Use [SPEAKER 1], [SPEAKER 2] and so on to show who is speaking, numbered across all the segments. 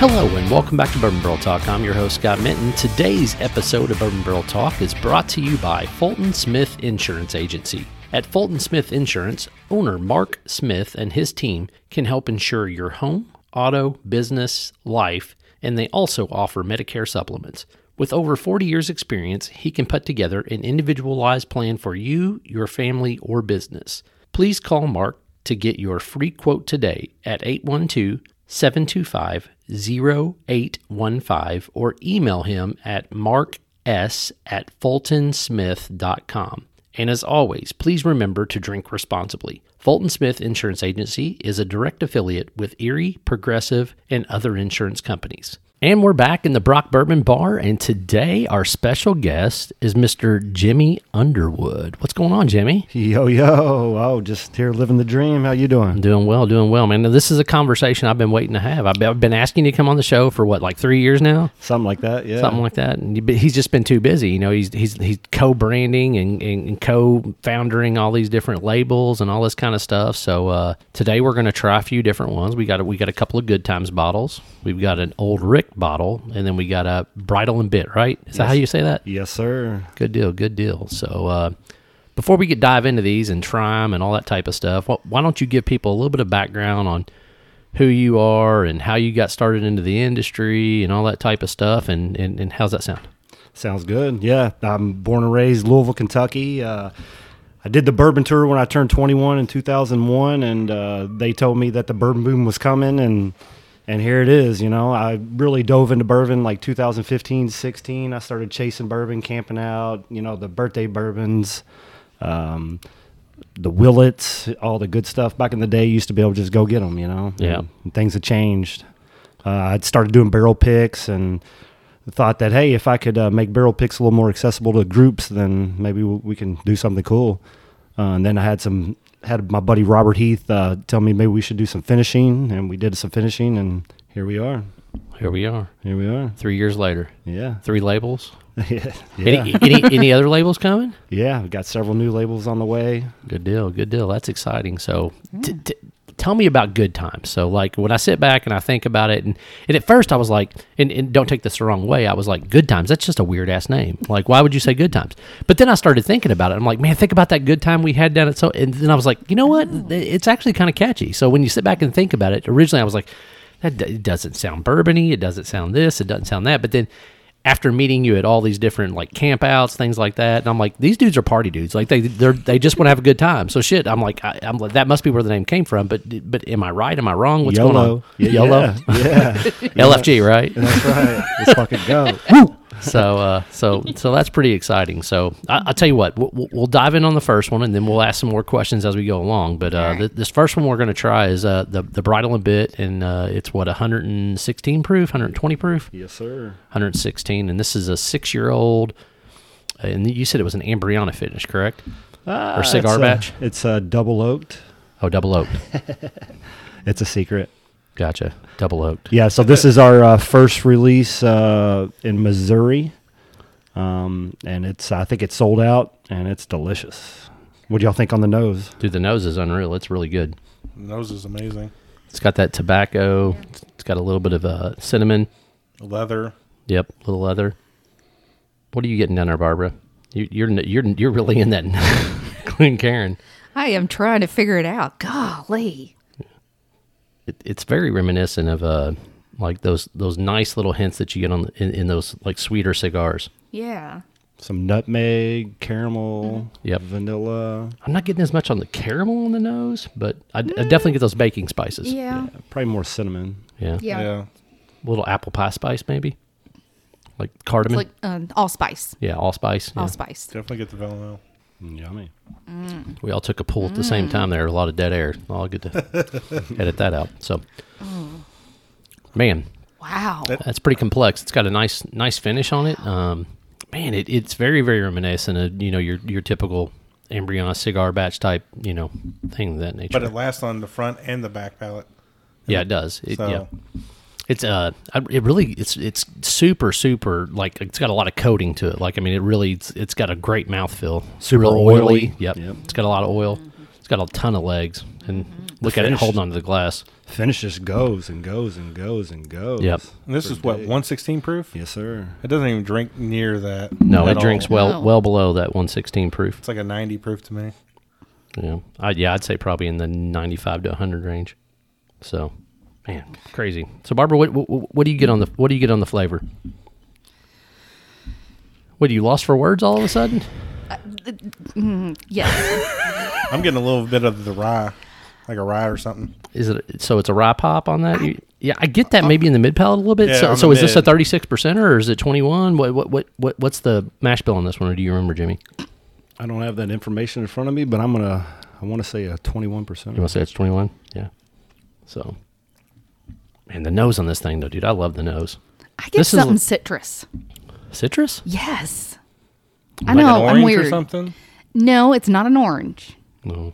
[SPEAKER 1] Hello and welcome back to Bourbon Barrel Talk. I'm your host Scott Minton. Today's episode of Bourbon Barrel Talk is brought to you by Fulton Smith Insurance Agency. At Fulton Smith Insurance, owner Mark Smith and his team can help insure your home, auto, business, life, and they also offer Medicare supplements. With over 40 years' experience, he can put together an individualized plan for you, your family, or business. Please call Mark to get your free quote today at 812 725 0815 or email him at marks at fultonsmith.com. And as always, please remember to drink responsibly. Fulton Smith Insurance Agency is a direct affiliate with Erie, Progressive, and other insurance companies. And we're back in the Brock Bourbon Bar, and today our special guest is Mr. Jimmy Underwood. What's going on, Jimmy?
[SPEAKER 2] Yo yo! Oh, just here living the dream. How you doing?
[SPEAKER 1] Doing well, doing well, man. Now, this is a conversation I've been waiting to have. I've been- I've been asking you to come on the show for what, like three years now?
[SPEAKER 2] Something like that. Yeah.
[SPEAKER 1] something like that. And you- but he's just been too busy. You know, he's he's he's co-branding and, and, and co-foundering all these different labels and all this kind of stuff. So uh, today we're going to try a few different ones. We got a, we got a couple of good times bottles. We've got an old Rick bottle, and then we got a bridle and bit. Right? Is that how you say that?
[SPEAKER 2] Yes, sir.
[SPEAKER 1] Good deal. Good deal. So. Uh, before we get dive into these and try them and all that type of stuff, wh- why don't you give people a little bit of background on who you are and how you got started into the industry and all that type of stuff? And, and, and how's that sound?
[SPEAKER 2] Sounds good. Yeah, I'm born and raised Louisville, Kentucky. Uh, I did the bourbon tour when I turned 21 in 2001, and uh, they told me that the bourbon boom was coming, and and here it is. You know, I really dove into bourbon like 2015, 16. I started chasing bourbon, camping out. You know, the birthday bourbons. Um, the Willets, all the good stuff back in the day, you used to be able to just go get them, you know?
[SPEAKER 1] Yeah.
[SPEAKER 2] And things have changed. Uh, I started doing barrel picks and thought that, hey, if I could uh, make barrel picks a little more accessible to groups, then maybe we we can do something cool. Uh, and then I had some, had my buddy Robert Heath uh, tell me maybe we should do some finishing, and we did some finishing, and here we are.
[SPEAKER 1] Here we are,
[SPEAKER 2] Here we are.
[SPEAKER 1] three years later,
[SPEAKER 2] Yeah.
[SPEAKER 1] three labels.
[SPEAKER 2] yeah.
[SPEAKER 1] Any, any any other labels coming?
[SPEAKER 2] Yeah. We've got several new labels on the way.
[SPEAKER 1] Good deal, good deal. That's exciting. So, t- t- tell me about good times. So, like when I sit back and I think about it, and, and at first I was like, and, and don't take this the wrong way. I was like, good times. That's just a weird ass name. Like, why would you say good times? But then I started thinking about it. I'm like, man, think about that good time we had down at so. And then I was like, you know what? It's actually kind of catchy. So when you sit back and think about it, originally I was like, that d- it doesn't sound bourbony. It doesn't sound this. It doesn't sound that. But then after meeting you at all these different like campouts, things like that, and I'm like, these dudes are party dudes. Like they they're, they just want to have a good time. So shit, I'm like, I, I'm like, that must be where the name came from. But but am I right? Am I wrong? What's going on?
[SPEAKER 2] Yeah,
[SPEAKER 1] Yellow,
[SPEAKER 2] Yeah.
[SPEAKER 1] LFG, right?
[SPEAKER 2] That's right. Let's fucking go.
[SPEAKER 1] so uh, so so that's pretty exciting. So I, I'll tell you what, we'll, we'll dive in on the first one, and then we'll ask some more questions as we go along. But uh, th- this first one we're going to try is uh, the the bridle and bit, and uh, it's what 116 proof, 120 proof.
[SPEAKER 2] Yes, sir.
[SPEAKER 1] 116, and this is a six year old. And you said it was an Ambriana finish, correct?
[SPEAKER 2] Ah,
[SPEAKER 1] Or cigar
[SPEAKER 2] it's a-
[SPEAKER 1] batch?
[SPEAKER 2] it's a double oaked.
[SPEAKER 1] Oh, double oaked.
[SPEAKER 2] It's a secret.
[SPEAKER 1] Gotcha. Double oaked.
[SPEAKER 2] Yeah, so this is our uh, first release uh, in Missouri, um, and it's I think it's sold out and it's delicious. What do y'all think on the nose?
[SPEAKER 1] Dude, the nose is unreal. It's really good.
[SPEAKER 3] The nose is amazing.
[SPEAKER 1] It's got that tobacco. It's got a little bit of uh, cinnamon.
[SPEAKER 3] Leather.
[SPEAKER 1] Yep, little leather. What are you getting down there, Barbara? You, you're n- you're n- you're really in that clean Karen.
[SPEAKER 4] I am trying to figure it out. Golly.
[SPEAKER 1] It, it's very reminiscent of uh like those those nice little hints that you get on in, in those like sweeter cigars.
[SPEAKER 4] Yeah.
[SPEAKER 2] Some nutmeg, caramel,
[SPEAKER 1] Mm-hmm. Yep.
[SPEAKER 2] vanilla.
[SPEAKER 1] I'm not getting as much on the caramel on the nose, but I, d- I definitely get those baking spices.
[SPEAKER 4] Yeah.
[SPEAKER 2] Probably more cinnamon.
[SPEAKER 1] Yeah.
[SPEAKER 4] Yeah.
[SPEAKER 3] Yeah.
[SPEAKER 1] Little apple pie spice, maybe. Like cardamom.
[SPEAKER 4] It's like um, allspice.
[SPEAKER 1] yeah, allspice. Yeah.
[SPEAKER 4] Allspice.
[SPEAKER 3] Definitely get the Villanelle.
[SPEAKER 2] Yummy.
[SPEAKER 1] We all took a pull at the
[SPEAKER 4] Mm.
[SPEAKER 1] same time there. A lot of dead air. I'll get to edit that out. So, man,
[SPEAKER 4] Wow.
[SPEAKER 1] that's pretty complex. It's got a nice, nice finish on it. Um, man, it, it's very, very reminiscent of you know your your typical Embryon cigar batch type you know thing of that nature.
[SPEAKER 3] But it lasts on the front and the back palate.
[SPEAKER 1] yeah, it does. It,
[SPEAKER 3] So
[SPEAKER 1] yeah. It's uh, I- it really it's it's super super like it's got a lot of coating to it. Like I mean, it really it's, it's got a great mouthfeel.
[SPEAKER 2] Super
[SPEAKER 1] Real
[SPEAKER 2] oily.
[SPEAKER 1] Yep.
[SPEAKER 2] Yep.
[SPEAKER 1] It's got a lot of oil. It's got a ton of legs. It and look at it
[SPEAKER 2] finished.
[SPEAKER 1] holding onto Mm-hmm. the glass.
[SPEAKER 2] Finish just goes and goes and goes and goes.
[SPEAKER 1] Yep.
[SPEAKER 3] And this
[SPEAKER 2] For
[SPEAKER 3] is what
[SPEAKER 2] days.
[SPEAKER 3] 116 proof.
[SPEAKER 2] Yes, sir.
[SPEAKER 3] It doesn't even drink near that.
[SPEAKER 1] No,
[SPEAKER 3] at
[SPEAKER 1] it drinks
[SPEAKER 3] all.
[SPEAKER 1] well
[SPEAKER 4] No.
[SPEAKER 1] well below that 116 proof.
[SPEAKER 3] It's like a 90 proof to me.
[SPEAKER 1] Yeah, I, yeah, I'd say probably in the 95 to 100 range. So, man, crazy. So, Barbara, what, what what do you get on the what do you get on the flavor? What are you lost for words all of a sudden?
[SPEAKER 4] Yes.
[SPEAKER 3] I'm getting a little bit of the rye, like a rye or something.
[SPEAKER 1] Is it so? It's a rye pop on that. You, yeah, I get that maybe in the mid palate a little bit.
[SPEAKER 3] Yeah,
[SPEAKER 1] so,
[SPEAKER 3] on
[SPEAKER 1] so
[SPEAKER 3] the
[SPEAKER 1] is this a
[SPEAKER 3] mid.
[SPEAKER 1] 36 percenter or is it 21? What what what what what's the mash bill on this one? Or do you remember, Jimmy?
[SPEAKER 2] I don't have that information in front of me, but I'm gonna. I want to say a 21 percent.
[SPEAKER 1] You want to say it's 21? Yeah. So, man, the nose on this thing though, dude. I love the nose.
[SPEAKER 4] I get
[SPEAKER 1] This is-
[SPEAKER 4] something citrus.
[SPEAKER 1] Citrus?
[SPEAKER 4] Yes. I
[SPEAKER 3] Like
[SPEAKER 4] know.
[SPEAKER 3] an orange
[SPEAKER 4] I'm weird.
[SPEAKER 3] or something.
[SPEAKER 4] No, it's not an orange,
[SPEAKER 1] No,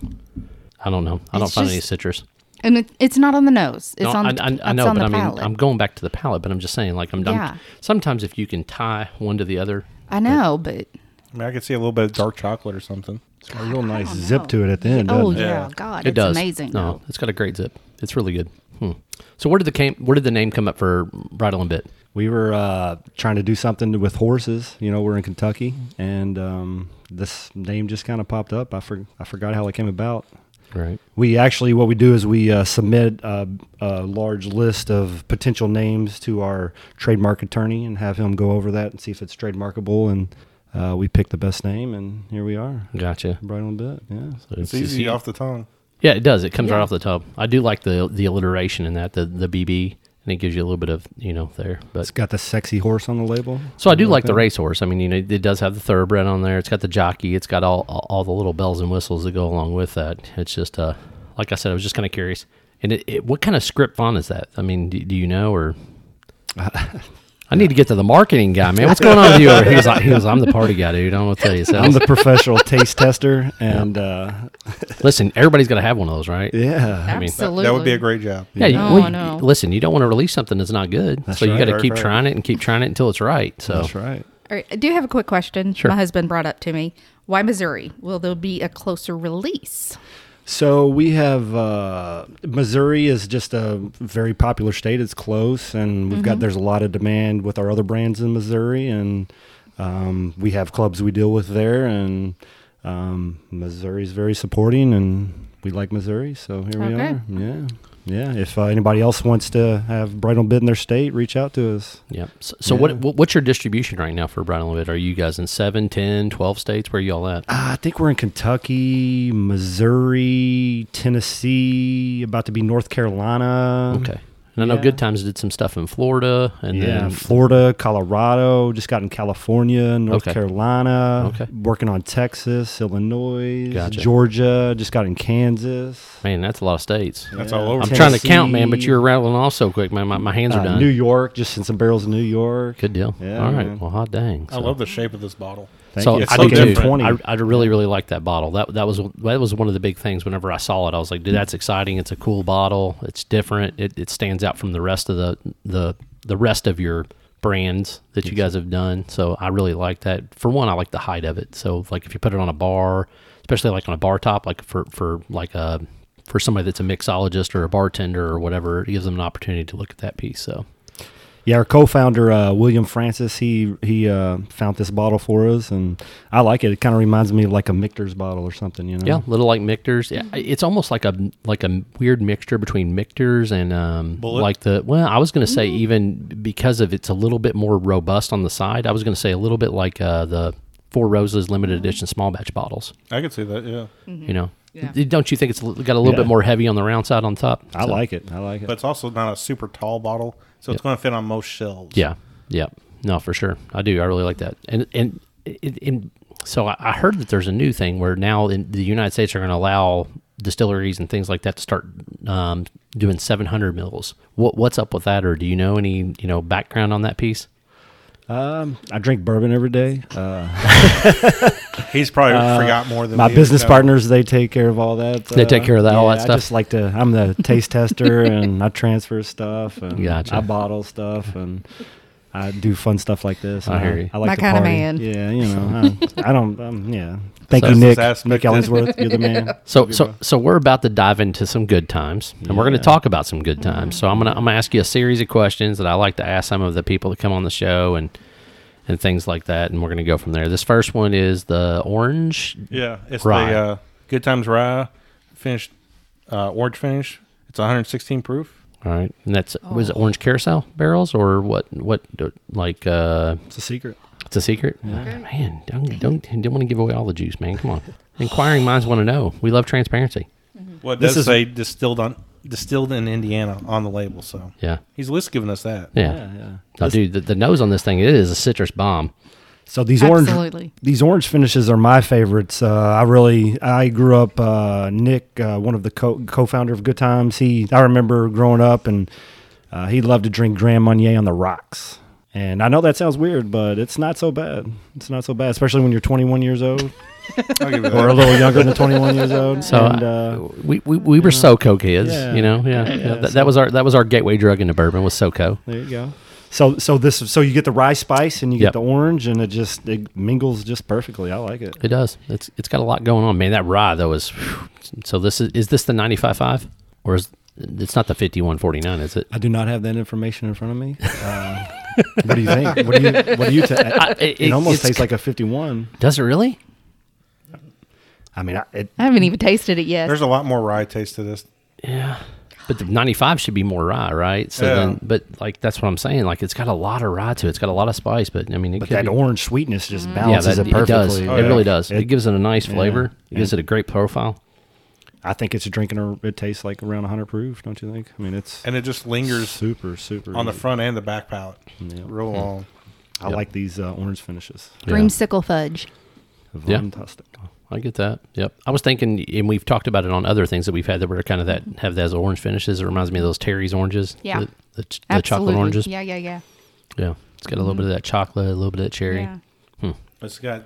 [SPEAKER 1] I don't know. I don't
[SPEAKER 4] It's
[SPEAKER 1] find any
[SPEAKER 4] just-
[SPEAKER 1] citrus.
[SPEAKER 4] and it, it's not on the nose. It's
[SPEAKER 1] No,
[SPEAKER 4] on.
[SPEAKER 1] I,
[SPEAKER 4] the,
[SPEAKER 1] I, I
[SPEAKER 4] it's
[SPEAKER 1] know,
[SPEAKER 4] on
[SPEAKER 1] but
[SPEAKER 4] the
[SPEAKER 1] I mean,
[SPEAKER 4] palate.
[SPEAKER 1] I'm going back to the palate. But I'm just saying, like, I'm done.
[SPEAKER 4] Yeah.
[SPEAKER 1] Sometimes if you can tie one to the other,
[SPEAKER 4] I know, but
[SPEAKER 3] I mean, I could see a little bit of dark chocolate or something.
[SPEAKER 2] It's got a real nice
[SPEAKER 4] don't
[SPEAKER 2] zip
[SPEAKER 4] know.
[SPEAKER 2] to it at the end.
[SPEAKER 4] oh
[SPEAKER 2] doesn't it?
[SPEAKER 4] yeah,
[SPEAKER 3] Yeah.
[SPEAKER 4] God,
[SPEAKER 1] it
[SPEAKER 4] it's
[SPEAKER 1] does.
[SPEAKER 4] amazing.
[SPEAKER 1] No,
[SPEAKER 4] though.
[SPEAKER 1] it's got a great zip. It's really good. Hmm. So where did the came? Where did the name come up for bridle and bit?
[SPEAKER 2] We were uh, trying to do something with horses. You know, we're in Kentucky, and um, this name just kind of popped up. I for, I forgot how it came about.
[SPEAKER 1] Right.
[SPEAKER 2] We actually, what we do is we uh, submit a, a large list of potential names to our trademark attorney and have him go over that and see if it's trademarkable. And uh, we pick the best name, and here we are.
[SPEAKER 1] Gotcha.
[SPEAKER 2] Right on bit, yeah.
[SPEAKER 3] It's easy off the tongue.
[SPEAKER 1] Yeah, it does. It comes right
[SPEAKER 4] Yeah.
[SPEAKER 1] off the top. I do like the the alliteration in that the the BB, and it gives you a little bit of you know there. But
[SPEAKER 2] It's got the sexy horse on the label.
[SPEAKER 1] So I do like the racehorse. I mean, you know, it does have the thoroughbred on there. It's got the jockey. It's got all all all the little bells and whistles that go along with that. It's just, uh, like I said, I was just kind of curious. And it, it, what kind of script font is that? I mean, do, do you know or? I need to get to the marketing guy, man. What's going on with you? Or he was like, he was, I'm the party guy, dude. I don't want to tell you. So,
[SPEAKER 2] I'm the professional taste tester, and uh,
[SPEAKER 1] listen, everybody's got to have one of those, right?
[SPEAKER 2] yeah,
[SPEAKER 1] mean,
[SPEAKER 3] That,
[SPEAKER 4] Absolutely.
[SPEAKER 3] that would be a great job.
[SPEAKER 1] Yeah. You,
[SPEAKER 4] Oh,
[SPEAKER 1] well, you-
[SPEAKER 4] no.
[SPEAKER 1] Listen, you don't want to release something that's not good. so you
[SPEAKER 2] right,
[SPEAKER 1] got to
[SPEAKER 3] right,
[SPEAKER 1] keep
[SPEAKER 3] right.
[SPEAKER 1] trying it and keep trying it until it's right. So
[SPEAKER 2] that's right.
[SPEAKER 4] All right, I do have a quick question.
[SPEAKER 1] Sure.
[SPEAKER 4] My husband brought up to me. Why Missouri? Will there be a closer release?
[SPEAKER 2] So we have uh, Missouri is just a very popular state. It's close, and we've
[SPEAKER 1] Mm-hmm.
[SPEAKER 2] got there's a lot of demand with our other brands in Missouri, and um, we have clubs we deal with there, and um, Missouri's very supporting, and we like Missouri, so here we
[SPEAKER 4] Okay.
[SPEAKER 2] are. Yeah, yeah. If uh, anybody else wants to have Bridal Bid in their state, reach out to us.
[SPEAKER 1] Yeah. So, so
[SPEAKER 2] Yeah.
[SPEAKER 1] What, what what's your distribution right now for Brown and Livid? Are you guys in 7, 10, 12 states? Where are y'all at?
[SPEAKER 2] Uh, I think we're in Kentucky, Missouri, Tennessee, about to be North Carolina.
[SPEAKER 1] Okay. And I know
[SPEAKER 2] yeah.
[SPEAKER 1] Good Times did some stuff in Florida and
[SPEAKER 2] yeah,
[SPEAKER 1] then
[SPEAKER 2] Florida, Colorado, just got in California, North
[SPEAKER 1] Okay.
[SPEAKER 2] Carolina,
[SPEAKER 1] Okay.
[SPEAKER 2] working on Texas, Illinois,
[SPEAKER 1] Gotcha.
[SPEAKER 2] Georgia, just got in Kansas.
[SPEAKER 1] man, that's a lot of states.
[SPEAKER 3] That's
[SPEAKER 2] Yeah.
[SPEAKER 3] all over.
[SPEAKER 1] I'm
[SPEAKER 3] me.
[SPEAKER 1] trying to count, man, but
[SPEAKER 2] Tennessee.
[SPEAKER 1] you're rattling off so quick, man. My, my hands are
[SPEAKER 2] uh,
[SPEAKER 1] done.
[SPEAKER 2] New York, just in some barrels in New York.
[SPEAKER 1] Good deal.
[SPEAKER 2] Yeah,
[SPEAKER 1] All right.
[SPEAKER 2] man.
[SPEAKER 1] Well, hot dang.
[SPEAKER 3] I love the shape of this bottle.
[SPEAKER 2] Thank
[SPEAKER 1] so
[SPEAKER 2] you.
[SPEAKER 1] I
[SPEAKER 3] so
[SPEAKER 1] do too.
[SPEAKER 3] different.
[SPEAKER 1] I, I really really like that bottle. That that was that was one of the big things. Whenever I saw it, I was like, dude, that's exciting. It's a cool bottle. It's different. It, it stands out from the rest of the the the rest of your brands that you guys have done. So I really like that. For one, I like the height of it. So like if you put it on a bar, especially like on a bar top, like for for like a for somebody that's a mixologist or a bartender or whatever, it gives them an opportunity to look at that piece. So
[SPEAKER 2] Yeah, our co-founder uh, William Francis, he he uh, found this bottle for us, and I like it. It kind of reminds me of like a Michter's bottle or something, you know?
[SPEAKER 1] Yeah, little like Michter's. Yeah, it's almost like a like a weird mixture between Michter's and um
[SPEAKER 3] Bullet?
[SPEAKER 1] like the well, I was going to say even because of it's a little bit more robust on the side. I was going to say a little bit like uh, the Four Roses limited edition small batch bottles.
[SPEAKER 3] I could see that. Yeah,
[SPEAKER 4] Mm.
[SPEAKER 1] You know,
[SPEAKER 4] Yeah.
[SPEAKER 1] D- don't you think it's l- got a little bit
[SPEAKER 2] Yeah.
[SPEAKER 1] more heavy on the round side on top?
[SPEAKER 2] I
[SPEAKER 1] So,
[SPEAKER 2] like it. I like it.
[SPEAKER 3] but it's also not a super tall bottle, so it's going to fit on most shelves.
[SPEAKER 1] Yeah, yeah, no, for sure, I do. I really like that. And and and, and so I, I heard that there's a new thing where now in the United States are going to allow distilleries and things like that to start um, doing 700 mils. What what's up with that, or do you know any you know background on that piece?
[SPEAKER 2] Um, I drink bourbon every day. Uh,
[SPEAKER 3] he's probably forgot more than
[SPEAKER 2] my
[SPEAKER 3] we
[SPEAKER 2] business
[SPEAKER 3] have.
[SPEAKER 2] partners they take care of all that uh,
[SPEAKER 1] They take care of that, all that
[SPEAKER 2] yeah,
[SPEAKER 1] stuff?
[SPEAKER 2] i just like to i'm the taste tester and i transfer stuff and
[SPEAKER 1] Gotcha.
[SPEAKER 2] i bottle stuff and I do fun stuff like this.
[SPEAKER 1] I
[SPEAKER 2] and
[SPEAKER 1] hear you.
[SPEAKER 2] I like
[SPEAKER 4] My
[SPEAKER 2] to
[SPEAKER 4] kinda
[SPEAKER 2] party.
[SPEAKER 4] man.
[SPEAKER 2] Yeah, you know, I, I don't. Um, yeah, thank
[SPEAKER 3] So
[SPEAKER 2] you,
[SPEAKER 3] that's
[SPEAKER 2] Nick.
[SPEAKER 3] his aspect
[SPEAKER 2] Nick
[SPEAKER 3] then.
[SPEAKER 2] Ellingsworth, you're the man.
[SPEAKER 1] So, so, so we're about to dive into some good times, and we're going to talk about some good times. So, I'm gonna I'm gonna ask you a series of questions that I like to ask some of the people that come on the show and and things like that, and we're going to go from there. This first one is the orange.
[SPEAKER 3] Yeah, it's
[SPEAKER 1] Rye.
[SPEAKER 3] the uh, Good Times Rye finished uh, orange finish. It's 116 proof.
[SPEAKER 1] All right, and that's was it orange carousel barrels or what? What like uh,
[SPEAKER 2] It's a secret.
[SPEAKER 1] it's a secret? Man, don't don't don't want to give away all the juice, man. Come on, inquiring minds want to know. We love transparency.
[SPEAKER 3] Well, it
[SPEAKER 2] This
[SPEAKER 3] does
[SPEAKER 2] is-
[SPEAKER 3] say distilled on distilled in Indiana on the label, so
[SPEAKER 1] Yeah,
[SPEAKER 3] he's at least giving us that.
[SPEAKER 1] yeah.
[SPEAKER 2] Yeah, yeah.
[SPEAKER 1] Now, dude, the, the nose on this thing it is a citrus bomb.
[SPEAKER 2] So these
[SPEAKER 4] Absolutely.
[SPEAKER 2] orange these orange finishes are my favorites. Uh, I really I grew up uh, Nick, uh, one of the co- co-founder of Good Times. He I remember growing up and uh, he loved to drink Grand Marnier on the rocks. And I know that sounds weird, but it's not so bad. It's not so bad, especially when you're 21 years old
[SPEAKER 3] I'll give you
[SPEAKER 2] or a
[SPEAKER 3] that.
[SPEAKER 2] little younger than 21 years old.
[SPEAKER 1] So
[SPEAKER 2] and, uh,
[SPEAKER 1] uh, we, we, we were SoCo kids,
[SPEAKER 2] Yeah.
[SPEAKER 1] you know. Yeah, yeah, that,
[SPEAKER 2] so-
[SPEAKER 1] that was our that was our gateway drug into bourbon was SoCo.
[SPEAKER 2] There you go. So so this so you get the rye spice and you
[SPEAKER 1] Yep.
[SPEAKER 2] get the orange and it just it mingles just perfectly. I like it.
[SPEAKER 1] It does. It's it's got a lot going on, man. That rye though is so. This is is this the ninety five five or is it's not the fifty one forty nine? Is it?
[SPEAKER 2] I do not have that information in front of me. Uh, what do you think? What do you what do you ta-
[SPEAKER 1] it-
[SPEAKER 2] it,
[SPEAKER 1] it-
[SPEAKER 2] almost
[SPEAKER 1] it's-
[SPEAKER 2] tastes like a 51.
[SPEAKER 1] Does it really?
[SPEAKER 2] I mean, I- it,
[SPEAKER 4] I haven't even tasted it yet.
[SPEAKER 3] There's a lot more rye taste to this.
[SPEAKER 1] Yeah. But the 95 should be more rye, right? So
[SPEAKER 3] Yeah.
[SPEAKER 1] then, but like that's what I'm saying. Like it's got a lot of rye to it. It's got a lot of spice, but I mean, it
[SPEAKER 2] but
[SPEAKER 1] could
[SPEAKER 2] that
[SPEAKER 1] be,
[SPEAKER 2] orange sweetness just
[SPEAKER 1] Mm. yeah,
[SPEAKER 2] balances
[SPEAKER 1] that, it,
[SPEAKER 2] it
[SPEAKER 1] does.
[SPEAKER 2] perfectly.
[SPEAKER 1] it
[SPEAKER 3] Oh, yeah.
[SPEAKER 1] really does. It,
[SPEAKER 2] It-
[SPEAKER 1] gives it a nice flavor. It
[SPEAKER 2] Yeah.
[SPEAKER 1] gives it a great profile.
[SPEAKER 2] I think it's drinking or it tastes like around 100 proof, don't you think? I mean, it's
[SPEAKER 3] And it just lingers
[SPEAKER 2] super super
[SPEAKER 3] on the
[SPEAKER 2] good.
[SPEAKER 3] front and the back palate real long.
[SPEAKER 2] I like these uh, orange finishes.
[SPEAKER 4] Dreamsicle fudge.
[SPEAKER 1] Yeah.
[SPEAKER 2] Fantastic.
[SPEAKER 1] I get that. Yep. I was thinking, and we've talked about it on other things that we've had that were kind of that have those orange finishes. It reminds me of those Terry's oranges.
[SPEAKER 4] Yeah.
[SPEAKER 1] The, the, ch- the chocolate
[SPEAKER 4] Absolutely.
[SPEAKER 1] oranges. Yeah.
[SPEAKER 4] Yeah, yeah, yeah.
[SPEAKER 1] It's got a little
[SPEAKER 2] Mm-hmm.
[SPEAKER 1] bit of that chocolate, a little bit of that cherry.
[SPEAKER 4] Yeah.
[SPEAKER 3] It's got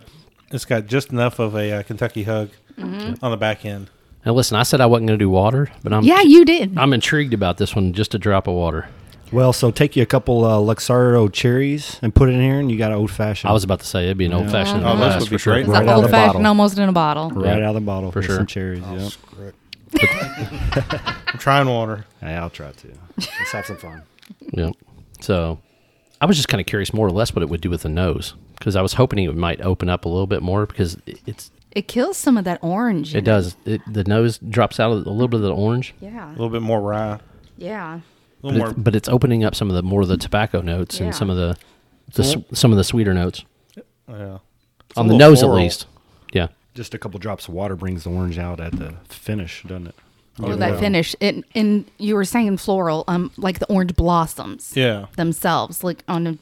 [SPEAKER 3] it's got just enough of a uh, Kentucky hug on the back end.
[SPEAKER 1] Now, listen, I said I wasn't going to do water, but I'm
[SPEAKER 4] yeah, you did.
[SPEAKER 1] I'm intrigued about this one. Just a drop of water.
[SPEAKER 2] Well, so take you a couple uh, Luxardo cherries and put it in here, and you got an old fashioned.
[SPEAKER 1] I was about to say it'd be an old fashioned.
[SPEAKER 3] Oh, this would be great.
[SPEAKER 4] it's
[SPEAKER 2] right
[SPEAKER 4] an
[SPEAKER 2] out of the
[SPEAKER 4] old fashioned
[SPEAKER 2] bottle.
[SPEAKER 4] almost in a bottle.
[SPEAKER 2] right
[SPEAKER 1] Yeah.
[SPEAKER 2] out of the bottle
[SPEAKER 1] For
[SPEAKER 2] with
[SPEAKER 1] sure.
[SPEAKER 2] Some cherries. yeah.
[SPEAKER 3] Screw it. I'm trying water.
[SPEAKER 2] Hey, I'll try to. Let's have some fun.
[SPEAKER 1] Yeah. So I was just kind of curious more or less what it would do with the nose because I was hoping it might open up a little bit more because it- it's
[SPEAKER 4] It kills some of that orange.
[SPEAKER 1] it does it, the nose drops out a little bit of the orange
[SPEAKER 3] A
[SPEAKER 4] Yeah.
[SPEAKER 3] little bit more rye. A
[SPEAKER 4] Yeah.
[SPEAKER 1] but,
[SPEAKER 3] little more.
[SPEAKER 1] it's, but it's opening up some of the more of the tobacco notes
[SPEAKER 4] Yeah.
[SPEAKER 1] and some of the, the s some of the sweeter notes
[SPEAKER 3] yeah. It's a
[SPEAKER 1] on the
[SPEAKER 3] little
[SPEAKER 1] nose
[SPEAKER 3] floral.
[SPEAKER 1] at least. Yeah.
[SPEAKER 2] Just a couple drops of water brings the orange out at the finish, doesn't it?
[SPEAKER 4] Oh, that finish. It, and you were saying floral, um, like the orange blossoms
[SPEAKER 3] Yeah.
[SPEAKER 4] themselves, like on a
[SPEAKER 1] Yeah,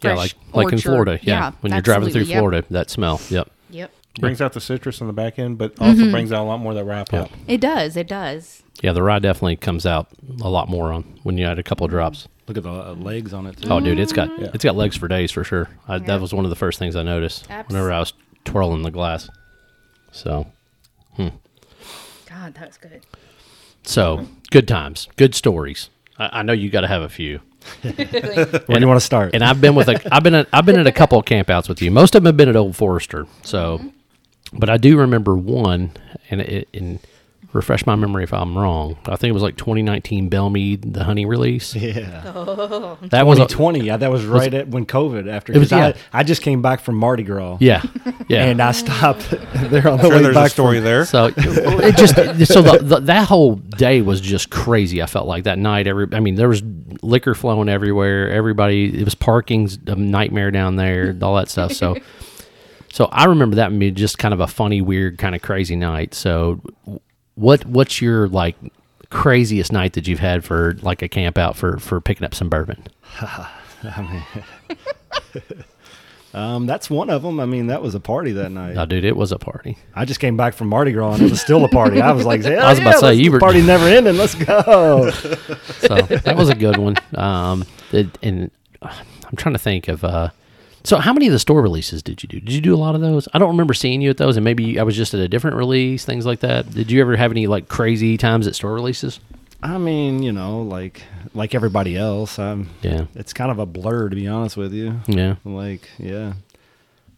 [SPEAKER 4] fresh
[SPEAKER 1] like like in
[SPEAKER 4] orchard.
[SPEAKER 1] Florida. Yeah. when you're driving through
[SPEAKER 4] absolutely. Yep.
[SPEAKER 1] Florida, that smell. Yep.
[SPEAKER 4] Yep.
[SPEAKER 3] Brings out the citrus on the back end, but also
[SPEAKER 4] Mm-hmm.
[SPEAKER 3] brings out a lot more of that rye pop.
[SPEAKER 4] It does. It does.
[SPEAKER 1] Yeah, the rye definitely comes out a lot more on when you add a couple drops.
[SPEAKER 2] Look at the uh, legs on it. Too.
[SPEAKER 1] Oh, dude, it's got
[SPEAKER 3] Yeah.
[SPEAKER 1] it's got legs for days for sure. I,
[SPEAKER 4] Yeah.
[SPEAKER 1] That was one of the first things I noticed
[SPEAKER 4] Abs-
[SPEAKER 1] whenever I was twirling the glass. So,
[SPEAKER 4] God, that's good.
[SPEAKER 1] so good times, good stories. I, I know you got to have a few.
[SPEAKER 2] Where do you want to start?
[SPEAKER 1] And I've been with a I've been at, I've been at a couple of campouts with you. Most of them have been at Old Forester. So,
[SPEAKER 4] Mm-hmm.
[SPEAKER 1] but I do remember one, and it and refresh my memory if I'm wrong. I think it was like 2019 Bellmead the honey release.
[SPEAKER 2] yeah.
[SPEAKER 1] That was a,
[SPEAKER 2] 2020. Yeah, that was right at when COVID after.
[SPEAKER 1] It was-
[SPEAKER 2] 'cause I,
[SPEAKER 1] yeah.
[SPEAKER 2] I just came back from Mardi Gras.
[SPEAKER 1] yeah yeah.
[SPEAKER 2] And I stopped there on the
[SPEAKER 3] I'm sure
[SPEAKER 2] way
[SPEAKER 3] there's
[SPEAKER 2] back.
[SPEAKER 3] a story there.
[SPEAKER 1] So it just so the, the, that whole day was just crazy. I felt like that night. Every I mean, there was liquor flowing everywhere. Everybody, it was parking's a nightmare down there. All that stuff. So, so I remember that being just kind of a funny, weird, kind of crazy night. So, what what's your like craziest night that you've had for like a camp out for for picking up some bourbon?
[SPEAKER 2] Um, that's one of them. I mean, that was a party that night.
[SPEAKER 1] Oh, dude, it was a party.
[SPEAKER 2] I just came back from Mardi Gras and it was still a party. I was like, "Hell
[SPEAKER 1] I was about to
[SPEAKER 2] yeah,
[SPEAKER 1] say,
[SPEAKER 2] let's-
[SPEAKER 1] you
[SPEAKER 2] the
[SPEAKER 1] were-
[SPEAKER 2] party never ending. Let's go.
[SPEAKER 1] so that was a good one. Um, it, and uh, I'm trying to think of. Uh, so how many of the store releases did you do? Did you do a lot of those? I don't remember seeing you at those, and maybe I was just at a different release, things like that. Did you ever have any like crazy times at store releases?
[SPEAKER 2] I mean, you know, like like everybody else, um,
[SPEAKER 1] Yeah.
[SPEAKER 2] it's kind of a blur to be honest with you.
[SPEAKER 1] Yeah.
[SPEAKER 2] Like, yeah.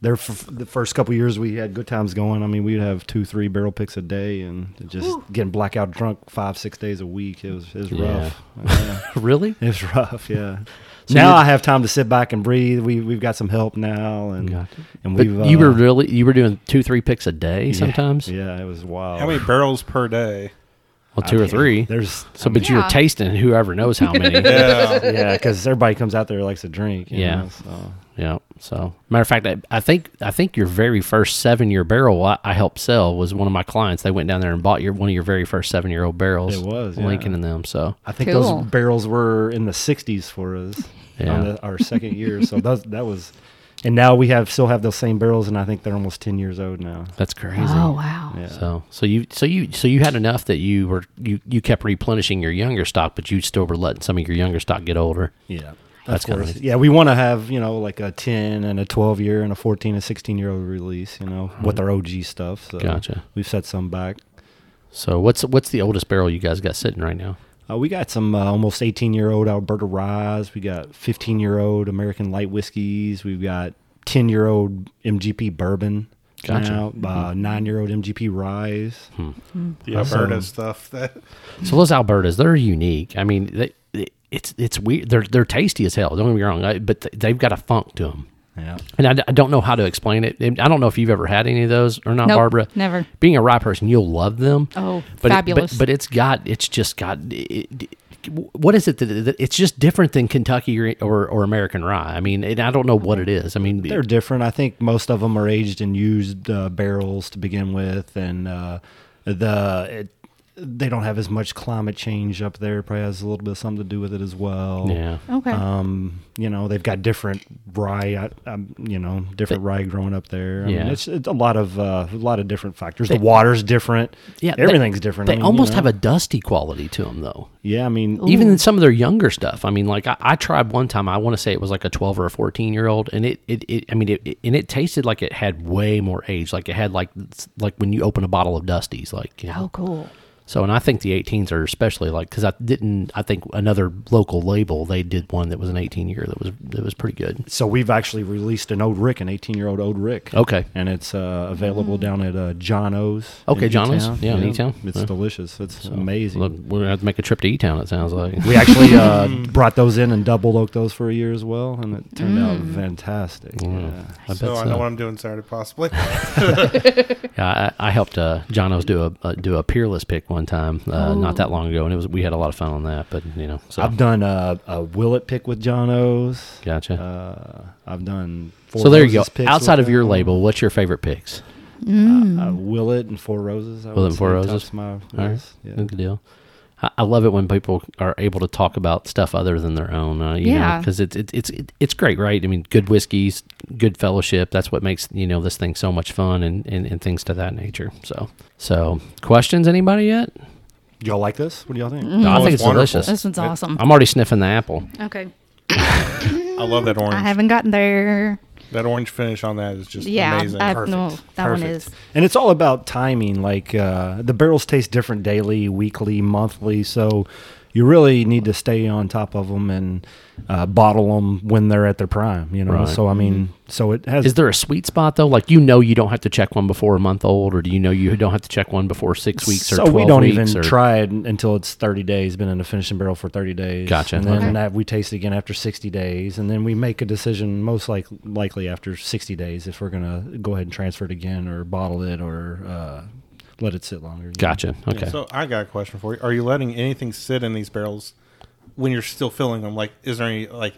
[SPEAKER 2] There for the first couple years we had good times going. I mean, we'd have two, three barrel picks a day, and just getting blackout drunk five, six days a week. It was it was rough. Yeah.
[SPEAKER 1] Really?
[SPEAKER 2] it was rough. Yeah.
[SPEAKER 1] So
[SPEAKER 2] now
[SPEAKER 1] you're-
[SPEAKER 2] I have time to sit back and breathe. We we've got some help now, and
[SPEAKER 1] Gotcha.
[SPEAKER 2] and
[SPEAKER 1] But
[SPEAKER 2] we've
[SPEAKER 1] you were
[SPEAKER 2] uh,
[SPEAKER 1] really you were doing two three picks a day
[SPEAKER 2] yeah,
[SPEAKER 1] sometimes.
[SPEAKER 2] Yeah, it was wild.
[SPEAKER 3] How many barrels per day?
[SPEAKER 1] Well, two or three.
[SPEAKER 2] There's
[SPEAKER 1] So, but you
[SPEAKER 4] Yeah.
[SPEAKER 1] were tasting whoever knows how many.
[SPEAKER 3] Yeah.
[SPEAKER 2] yeah, because everybody comes out there and likes to drink. you
[SPEAKER 1] Yeah.
[SPEAKER 2] know, so.
[SPEAKER 1] Yeah. So, matter of fact, I, I think I think your very first seven year barrel I, I helped sell was one of my clients. They went down there and bought your one of your very first seven year old barrels.
[SPEAKER 2] It was,
[SPEAKER 1] Lincoln
[SPEAKER 2] yeah.
[SPEAKER 1] in them. So,
[SPEAKER 2] I think
[SPEAKER 4] Cool.
[SPEAKER 2] those barrels were in the 60s for us
[SPEAKER 1] Yeah.
[SPEAKER 2] on the, our second year. So those, that was, and now we have still have those same barrels, and I think they're almost 10 years old now.
[SPEAKER 1] that's crazy.
[SPEAKER 4] Oh wow.
[SPEAKER 2] Yeah.
[SPEAKER 1] So, so you so you so you had enough that you were you you kept replenishing your younger stock, but you still were letting some of your younger stock get older.
[SPEAKER 2] yeah.
[SPEAKER 1] That's
[SPEAKER 2] That's
[SPEAKER 1] kinda
[SPEAKER 2] course.
[SPEAKER 1] nice.
[SPEAKER 2] Yeah, we want to have, you know, like a 10 and a 12 year and a 14 and 16 year old release, you know, with our OG stuff. So
[SPEAKER 1] Hmm. Gotcha.
[SPEAKER 2] We've set some back.
[SPEAKER 1] So, what's what's the oldest barrel you guys got sitting right now?
[SPEAKER 2] Uh, we got some uh, almost 18 year old Alberta Rise. We got 15 year old American Light Whiskeys. We've got 10 year old MGP Bourbon.
[SPEAKER 1] Gotcha. Hmm.
[SPEAKER 2] now, uh, nine year old MGP Rise.
[SPEAKER 3] The Alberta
[SPEAKER 2] Awesome.
[SPEAKER 3] stuff. That
[SPEAKER 1] So those Albertas, they're unique. I mean, they, it- it's it's weird. They're they're tasty as hell. Don't get me wrong, I, but th- they've got a funk to them.
[SPEAKER 2] Yeah.
[SPEAKER 1] And I, d- I don't know how to explain it. And I don't know if you've ever had any of those or not,
[SPEAKER 4] Nope,
[SPEAKER 1] Barbara.
[SPEAKER 4] never.
[SPEAKER 1] Being a rye person, you'll love them.
[SPEAKER 4] Oh,
[SPEAKER 1] but it-
[SPEAKER 4] fabulous.
[SPEAKER 1] but, but it's got, it's just got, it, it- what is it that, that it's just different than Kentucky or, or, or American rye? I mean, and I don't know what it is. I mean,
[SPEAKER 2] They're different. I think most of them are aged in used uh, barrels to begin with, and uh, the it, they don't have as much climate change up there. Probably has a little bit of something to do with it as well.
[SPEAKER 1] yeah.
[SPEAKER 4] Okay.
[SPEAKER 1] Uh,
[SPEAKER 2] Um, you know, they've got different rye. uh, Um, you know, different rye growing up there. I
[SPEAKER 1] Yeah.
[SPEAKER 2] mean, it's, it's a lot of uh, a lot of different factors. the water's different.
[SPEAKER 1] Yeah, they-
[SPEAKER 2] everything's different.
[SPEAKER 1] They
[SPEAKER 2] I mean, you
[SPEAKER 1] almost
[SPEAKER 2] know.
[SPEAKER 1] have a dusty quality to them, though.
[SPEAKER 2] yeah. I mean,
[SPEAKER 1] even in some of their younger stuff. I mean, like I, I tried one time. I want to say it was like a twelve or a fourteen year old, and it, it, it I mean, it, it- and it tasted like it had way more age. Like it had like like when you open a bottle of Dusties, like you know.
[SPEAKER 4] oh, cool.
[SPEAKER 1] So, and I think the 18s are especially like because I didn't. I think another local label they did one that was an 18 year that was that was pretty good.
[SPEAKER 2] so we've actually released an old Rick, an 18 year old old Rick.
[SPEAKER 1] Okay.
[SPEAKER 2] And it's uh, available down at uh, John O's. in
[SPEAKER 1] Okay, John O's.
[SPEAKER 2] E-Town.
[SPEAKER 1] Yeah, in E-Town.
[SPEAKER 2] It's
[SPEAKER 1] Yeah.
[SPEAKER 2] delicious. It's amazing.
[SPEAKER 1] Look, we're gonna have to make a trip to E Town. It sounds like.
[SPEAKER 2] We actually uh, brought those in and double oaked those for a year as well, and it turned out fantastic. Yeah.
[SPEAKER 1] I bet
[SPEAKER 3] so
[SPEAKER 1] so.
[SPEAKER 3] I know what I'm doing Saturday, possibly.
[SPEAKER 1] Yeah, I, I helped uh, John O's do a uh, do a peerless pick one time, uh,
[SPEAKER 4] Oh.
[SPEAKER 1] not that long ago, and it was we had a lot of fun on that. But you know, so
[SPEAKER 2] I've done a, a Willet pick with John O's.
[SPEAKER 1] gotcha.
[SPEAKER 2] Uh, I've done four
[SPEAKER 1] so there you go.
[SPEAKER 2] Roses picks
[SPEAKER 1] Outside
[SPEAKER 2] with
[SPEAKER 1] of your
[SPEAKER 2] them.
[SPEAKER 1] label, what's your favorite picks?
[SPEAKER 4] Mm.
[SPEAKER 2] uh, Willet and Four Roses. I
[SPEAKER 1] Willet
[SPEAKER 2] would
[SPEAKER 1] and Four
[SPEAKER 2] say,
[SPEAKER 1] Roses.
[SPEAKER 2] tops my
[SPEAKER 1] All right,
[SPEAKER 2] list. Yeah.
[SPEAKER 1] good deal. I, I love it when people are able to talk about stuff other than their own. Uh, you
[SPEAKER 4] Yeah.
[SPEAKER 1] because it's it's it's it, it's great, right? I mean, good whiskeys, good fellowship. That's what makes you know this thing so much fun, and and, and things to that nature. So so questions, anybody yet?
[SPEAKER 2] Y'all like this? What do y'all think?
[SPEAKER 1] No, I
[SPEAKER 3] Mm. Oh,
[SPEAKER 1] think
[SPEAKER 3] it's
[SPEAKER 1] it's
[SPEAKER 3] wonderful.
[SPEAKER 1] delicious.
[SPEAKER 4] This one's awesome.
[SPEAKER 1] uh, I'm already sniffing the apple.
[SPEAKER 4] okay.
[SPEAKER 3] I love that orange.
[SPEAKER 4] I haven't gotten there.
[SPEAKER 3] That orange finish on that is just
[SPEAKER 4] Yeah.
[SPEAKER 3] amazing.
[SPEAKER 4] I,
[SPEAKER 3] Perfect.
[SPEAKER 4] no, that one
[SPEAKER 2] Perfect.
[SPEAKER 4] is.
[SPEAKER 2] And it's all about timing. Like uh, the barrels taste different daily, weekly, monthly. So you really need to stay on top of them and uh, bottle them when they're at their prime. You know.
[SPEAKER 1] Right. Mm-hmm.
[SPEAKER 2] So I mean, so it has.
[SPEAKER 1] Is there a sweet spot though? Like you know, you don't have to check one before a month old, or do you know you don't have to check one before six weeks or
[SPEAKER 2] so
[SPEAKER 1] twelve
[SPEAKER 2] we don't
[SPEAKER 1] weeks?
[SPEAKER 2] even
[SPEAKER 1] or,
[SPEAKER 2] try it n- until it's 30 days been in a finishing barrel for 30 days
[SPEAKER 1] Gotcha.
[SPEAKER 2] and then
[SPEAKER 1] Okay.
[SPEAKER 2] that we taste again after 60 days and then we make a decision most like, likely after 60 days if we're going to go ahead and transfer it again or bottle it or uh, let it sit longer you know?
[SPEAKER 1] Gotcha. Okay.
[SPEAKER 3] So I got a question for you. Are you letting anything sit in these barrels when you're still filling them? Like, is there any like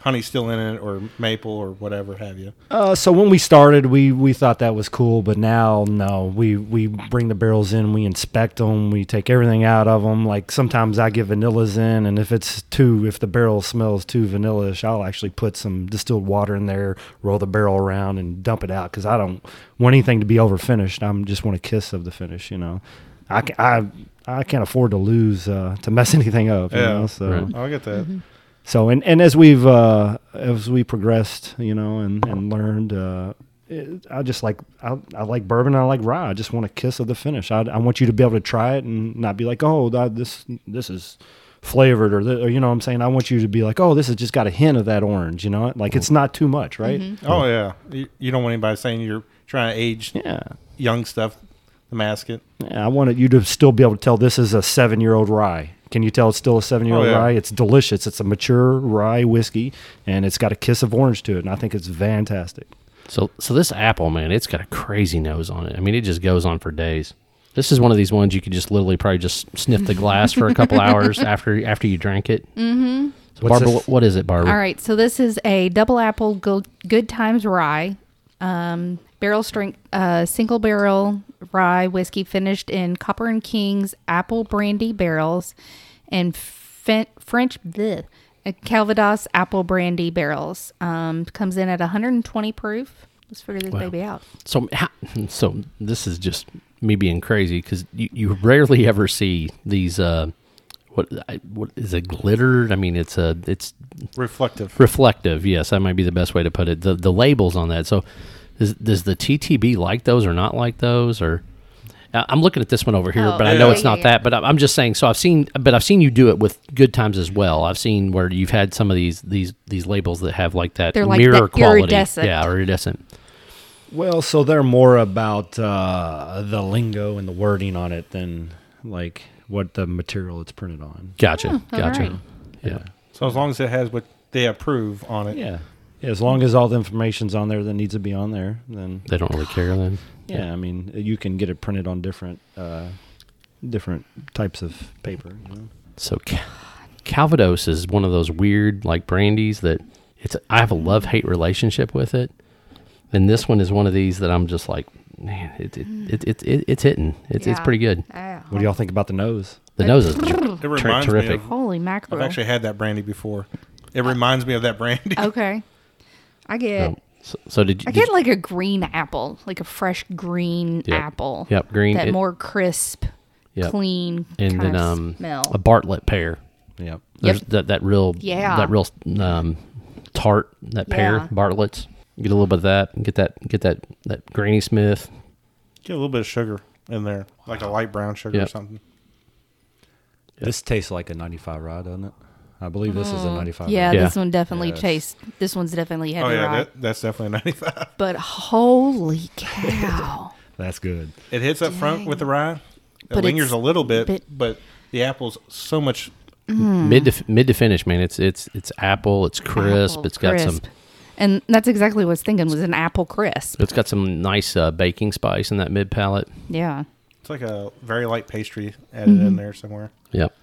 [SPEAKER 3] honey still in it, or maple, or whatever have you?
[SPEAKER 2] Uh, so when we started, we, we thought that was cool, but now no. We we bring the barrels in, we inspect them, we take everything out of them. Like sometimes I get vanillas in, and if it's too, if the barrel smells too vanilla-ish, I'll actually put some distilled water in there, roll the barrel around, and dump it out because I don't want anything to be over finished. I just want a kiss of the finish, you know. I can, I I can't afford to lose uh, to mess anything up. You
[SPEAKER 3] Yeah.
[SPEAKER 2] know? So.
[SPEAKER 1] Right.
[SPEAKER 3] Oh, I get that.
[SPEAKER 4] Mm-hmm.
[SPEAKER 2] So and and as we've uh, as we progressed, you know, and and learned, uh, it- I just like I, I like bourbon. I like rye. I just want a kiss of the finish. I, I want you to be able to try it and not be like, oh, that, this this is flavored or, the, or you know what I'm saying. I want you to be like, oh, this has just got a hint of that orange. You know, like it's not too much, right?
[SPEAKER 3] Oh yeah, you, you don't want anybody saying you're trying to age
[SPEAKER 2] Yeah,
[SPEAKER 3] young stuff, to mask it.
[SPEAKER 2] yeah. I wanted you to still be able to tell this is a seven year old rye. Can you tell it's still a seven year old
[SPEAKER 3] Oh, yeah.
[SPEAKER 2] rye? It's delicious. It's a mature rye whiskey, and it's got a kiss of orange to it, and I think it's fantastic.
[SPEAKER 1] So, so this apple, man, it's got a crazy nose on it. I mean, it just goes on for days. This is one of these ones you could just literally probably just sniff the glass for a couple hours after after you drank it. Mm-hmm. So
[SPEAKER 2] What's
[SPEAKER 1] Barbara,
[SPEAKER 2] this?
[SPEAKER 1] what is it, Barbara?
[SPEAKER 4] All right, so this is a double apple go- good times rye, um, barrel strength, uh, single barrel rye whiskey finished in Copper and King's apple brandy barrels and Fen- French bleh, uh, Calvados apple brandy barrels. Um, comes in at 120 proof. Let's figure this
[SPEAKER 1] Wow.
[SPEAKER 4] baby out.
[SPEAKER 1] So, ha- so this is just me being crazy because you, you rarely ever see these. Uh, what I- what is it glittered? I mean, it's a it's
[SPEAKER 3] Reflective.
[SPEAKER 1] reflective. Yes, that might be the best way to put it. The the labels on that. So, is, does the TTB like those or not like those? Or I- I'm looking at this one over here,
[SPEAKER 4] Oh,
[SPEAKER 1] but I
[SPEAKER 4] yeah,
[SPEAKER 1] know
[SPEAKER 4] yeah,
[SPEAKER 1] it's not
[SPEAKER 4] yeah, yeah.
[SPEAKER 1] that. But I- I'm just saying. So I've seen, but I've seen you do it with good times as well. I've seen where you've had some of these these these labels that have like that
[SPEAKER 4] They're like
[SPEAKER 1] mirror
[SPEAKER 4] that
[SPEAKER 1] quality.
[SPEAKER 4] iridescent.
[SPEAKER 1] Yeah, iridescent.
[SPEAKER 2] Well, so they're more about uh, the lingo and the wording on it than like what the material it's printed on.
[SPEAKER 1] Gotcha,
[SPEAKER 4] Oh, all
[SPEAKER 1] gotcha.
[SPEAKER 4] right.
[SPEAKER 1] Yeah.
[SPEAKER 3] So as long as it has what they approve on it,
[SPEAKER 2] Yeah. As long as all the information's on there that needs to be on there, then
[SPEAKER 1] They don't really care then.
[SPEAKER 2] yeah, I mean, you can get it printed on different uh, different types of paper. You know?
[SPEAKER 1] So Cal- Calvados is one of those weird like brandies that it's I have a
[SPEAKER 4] Mm.
[SPEAKER 1] love hate relationship with it. And this one is one of these that I'm just like, man, it it, it, it, it it's hitting. It's it's
[SPEAKER 4] Mm. Yeah.
[SPEAKER 1] pretty good.
[SPEAKER 4] Ah,
[SPEAKER 2] What do y'all think about the nose?
[SPEAKER 1] The nose is
[SPEAKER 3] it reminds me
[SPEAKER 1] terrific.
[SPEAKER 3] of.
[SPEAKER 4] holy
[SPEAKER 3] I've
[SPEAKER 4] mackerel.
[SPEAKER 3] actually had that brandy before. It reminds me of that brandy.
[SPEAKER 4] okay. I get
[SPEAKER 1] um, so, so did you?
[SPEAKER 4] I
[SPEAKER 1] did
[SPEAKER 4] get like a green apple, like a fresh green
[SPEAKER 1] Yep.
[SPEAKER 4] apple.
[SPEAKER 1] Yep, green-
[SPEAKER 4] That
[SPEAKER 1] it-
[SPEAKER 4] more crisp,
[SPEAKER 1] Yep.
[SPEAKER 4] clean
[SPEAKER 1] and
[SPEAKER 4] kind
[SPEAKER 1] then
[SPEAKER 4] of
[SPEAKER 1] um
[SPEAKER 4] smell.
[SPEAKER 1] a Bartlett pear.
[SPEAKER 2] Yep.
[SPEAKER 1] There's that that real
[SPEAKER 4] Yeah.
[SPEAKER 1] that real um tart that
[SPEAKER 4] Yeah.
[SPEAKER 1] pear Bartlett's. Get a little bit of that. and Get that get that that Granny Smith.
[SPEAKER 3] Get a little bit of sugar in there, like a light brown sugar
[SPEAKER 1] Yep.
[SPEAKER 3] or something.
[SPEAKER 2] This tastes like a 95 rod, doesn't it? I believe this is a 95.
[SPEAKER 4] Mm, yeah,
[SPEAKER 1] Yeah.
[SPEAKER 4] this one definitely
[SPEAKER 2] Yes.
[SPEAKER 4] tastes. This one's definitely heavy
[SPEAKER 3] Oh yeah,
[SPEAKER 4] rye,
[SPEAKER 3] that, that's definitely a ninety-five.
[SPEAKER 4] but holy cow!
[SPEAKER 2] That's good.
[SPEAKER 3] It hits up front with the rye. It
[SPEAKER 4] But
[SPEAKER 3] lingers
[SPEAKER 4] it's
[SPEAKER 3] a little bit,
[SPEAKER 4] bit-
[SPEAKER 3] but the apple's so much.
[SPEAKER 4] Mm.
[SPEAKER 1] mid to, mid to finish, man. It's it's it's apple. It's crisp.
[SPEAKER 4] Apple
[SPEAKER 1] it's got
[SPEAKER 4] crisp.
[SPEAKER 1] some.
[SPEAKER 4] and that's exactly what I was thinking was an apple crisp.
[SPEAKER 1] It's got some nice uh, baking spice in that mid palate.
[SPEAKER 4] Yeah,
[SPEAKER 3] It's like a very light pastry added
[SPEAKER 4] Mm-hmm.
[SPEAKER 3] in there somewhere.
[SPEAKER 1] Yep,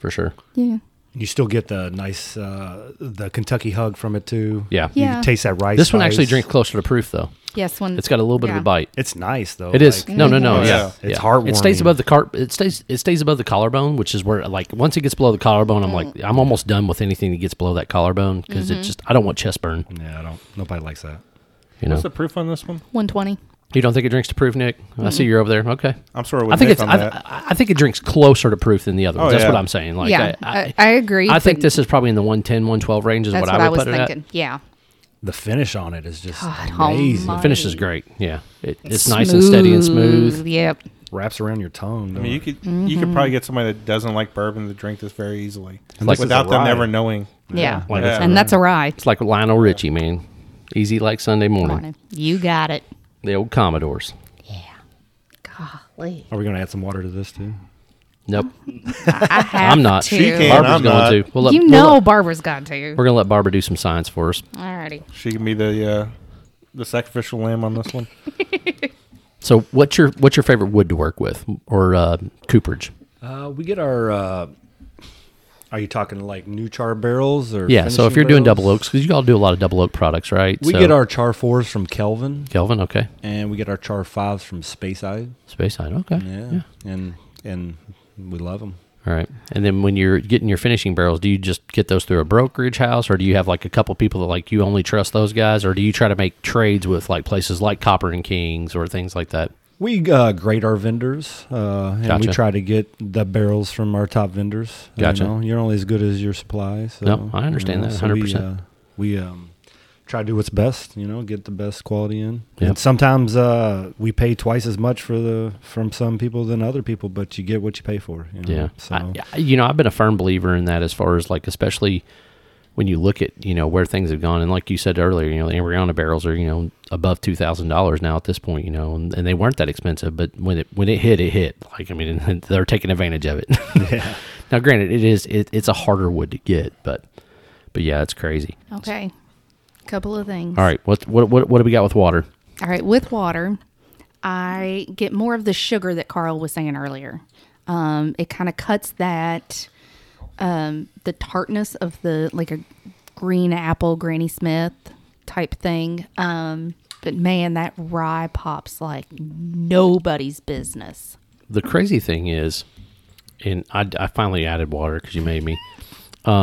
[SPEAKER 1] for sure.
[SPEAKER 4] yeah.
[SPEAKER 2] You still get the nice uh, the Kentucky hug from it too.
[SPEAKER 1] Yeah.
[SPEAKER 2] You
[SPEAKER 4] Yeah.
[SPEAKER 2] can taste that rice.
[SPEAKER 1] This one actually
[SPEAKER 2] spice.
[SPEAKER 1] drinks closer to proof though.
[SPEAKER 4] Yes, one.
[SPEAKER 1] It's got a little bit of
[SPEAKER 4] yeah.
[SPEAKER 1] a bite.
[SPEAKER 2] It's nice though.
[SPEAKER 1] It is
[SPEAKER 2] like-
[SPEAKER 1] no, no, no.
[SPEAKER 3] Oh,
[SPEAKER 1] Yeah,
[SPEAKER 3] yeah.
[SPEAKER 1] yeah.
[SPEAKER 2] It's
[SPEAKER 1] It stays
[SPEAKER 2] heartwarming.
[SPEAKER 1] above the car. It stays. It stays above the collarbone, which is where, like, once it gets below the collarbone, I'm
[SPEAKER 4] Mm.
[SPEAKER 1] like, I'm almost done with anything that gets below that collarbone because
[SPEAKER 4] Mm-hmm.
[SPEAKER 1] it just, I don't want chest burn.
[SPEAKER 2] Yeah, I don't. Nobody likes that.
[SPEAKER 1] You know,
[SPEAKER 3] What's the proof on this one?
[SPEAKER 4] One twenty.
[SPEAKER 1] you don't think it drinks to proof, Nick? I
[SPEAKER 4] Mm-hmm.
[SPEAKER 1] see you're over there. Okay,
[SPEAKER 3] I'm sorry with
[SPEAKER 1] I think
[SPEAKER 3] Nick
[SPEAKER 1] it's.
[SPEAKER 3] on
[SPEAKER 1] I,
[SPEAKER 3] that.
[SPEAKER 1] I I think it drinks closer to proof than the other ones.
[SPEAKER 3] Oh,
[SPEAKER 1] That's
[SPEAKER 3] yeah.
[SPEAKER 1] what I'm saying. Like,
[SPEAKER 4] yeah, I, I, agree.
[SPEAKER 1] I think
[SPEAKER 4] but
[SPEAKER 1] this is probably in the 110, 112 range is
[SPEAKER 4] That's
[SPEAKER 1] what,
[SPEAKER 4] what,
[SPEAKER 1] I would
[SPEAKER 4] I was
[SPEAKER 1] put it
[SPEAKER 4] thinking. Yeah.
[SPEAKER 2] The finish on it is just
[SPEAKER 4] God,
[SPEAKER 2] amazing.
[SPEAKER 1] at.
[SPEAKER 4] almighty.
[SPEAKER 1] Finish is great. Yeah. It, it's nice and steady and smooth.
[SPEAKER 4] Yep.
[SPEAKER 2] Wraps around your tongue.
[SPEAKER 3] I mean, you
[SPEAKER 2] don't it?
[SPEAKER 3] could you could probably get somebody that doesn't like bourbon to drink this very easily,
[SPEAKER 2] And this is
[SPEAKER 3] without
[SPEAKER 2] a
[SPEAKER 3] them
[SPEAKER 2] rye.
[SPEAKER 3] ever knowing.
[SPEAKER 4] Yeah.
[SPEAKER 1] Like
[SPEAKER 3] Yeah.
[SPEAKER 1] it's,
[SPEAKER 4] And that's a rye.
[SPEAKER 1] it's like Lionel Richie, man. Easy like Sunday morning.
[SPEAKER 4] Morning. You got it.
[SPEAKER 1] The old Commodores.
[SPEAKER 4] Golly.
[SPEAKER 2] Are we gonna add some water to this too?
[SPEAKER 1] Nope.
[SPEAKER 4] I have
[SPEAKER 1] I'm not.
[SPEAKER 4] To.
[SPEAKER 3] She can't.
[SPEAKER 1] Barbara's
[SPEAKER 3] I'm
[SPEAKER 1] going
[SPEAKER 3] not.
[SPEAKER 1] to. We'll let,
[SPEAKER 4] you
[SPEAKER 1] we'll
[SPEAKER 4] know
[SPEAKER 1] let-
[SPEAKER 4] Barbara's got to.
[SPEAKER 1] we're going to let Barbara do some science for us.
[SPEAKER 4] Alrighty.
[SPEAKER 3] She can be the uh, the sacrificial lamb on this one.
[SPEAKER 1] So, what's your what's your favorite wood to work with or uh, cooperage?
[SPEAKER 2] Uh, we get our. Uh, are you talking like new char barrels or?
[SPEAKER 1] Yeah. So, if
[SPEAKER 2] finishing
[SPEAKER 1] you're doing
[SPEAKER 2] barrels?
[SPEAKER 1] double oaks, because you all do a lot of double oak products, right?
[SPEAKER 2] we
[SPEAKER 1] So-
[SPEAKER 2] get our char fours from Kelvin,
[SPEAKER 1] Kelvin. Okay.
[SPEAKER 2] and we get our char fives from Space Eye.
[SPEAKER 1] Space side. Okay.
[SPEAKER 2] Yeah, and and we love them.
[SPEAKER 1] All right. And then when you're getting your finishing barrels, do you just get those through a brokerage house or do you have like a couple people that like you only trust those guys or do you try to make trades with like places like Copper and Kings or things like that?
[SPEAKER 2] We uh, grade our vendors, uh, and
[SPEAKER 1] Gotcha.
[SPEAKER 2] we try to get the barrels from our top vendors.
[SPEAKER 1] Gotcha.
[SPEAKER 2] You know, you're only as good as your supply. So,
[SPEAKER 1] No, I understand that
[SPEAKER 2] so we,
[SPEAKER 1] 100%.
[SPEAKER 2] uh, we um, try to do what's best. You know, get the best quality in.
[SPEAKER 1] Yep.
[SPEAKER 2] And sometimes uh, we pay twice as much for the from some people than other people, but you get what you pay for. You know?
[SPEAKER 1] Yeah.
[SPEAKER 2] So
[SPEAKER 1] I- I, you know, I've been a firm believer in that as far as like, especially when you look at, you know, where things have gone. And like you said earlier, you know, the Embryona barrels are, you know, above $2,000 now at this point, you know, and, and they weren't that expensive, but when it, when it hit, it hit like, I mean, and they're taking advantage of it. yeah. Now, granted it is, it, it's a harder wood to get, but, but yeah, it's crazy.
[SPEAKER 4] Okay. Couple of things.
[SPEAKER 1] All right. What, what, what, what do we got with water?
[SPEAKER 4] All right, with water, I get more of the sugar that Carl was saying earlier. Um, it kind of cuts that um, the tartness of the like a green apple Granny Smith type thing. Um, but man, that rye pops like nobody's business.
[SPEAKER 1] the crazy thing is, and I, I finally added water because you made me. Um,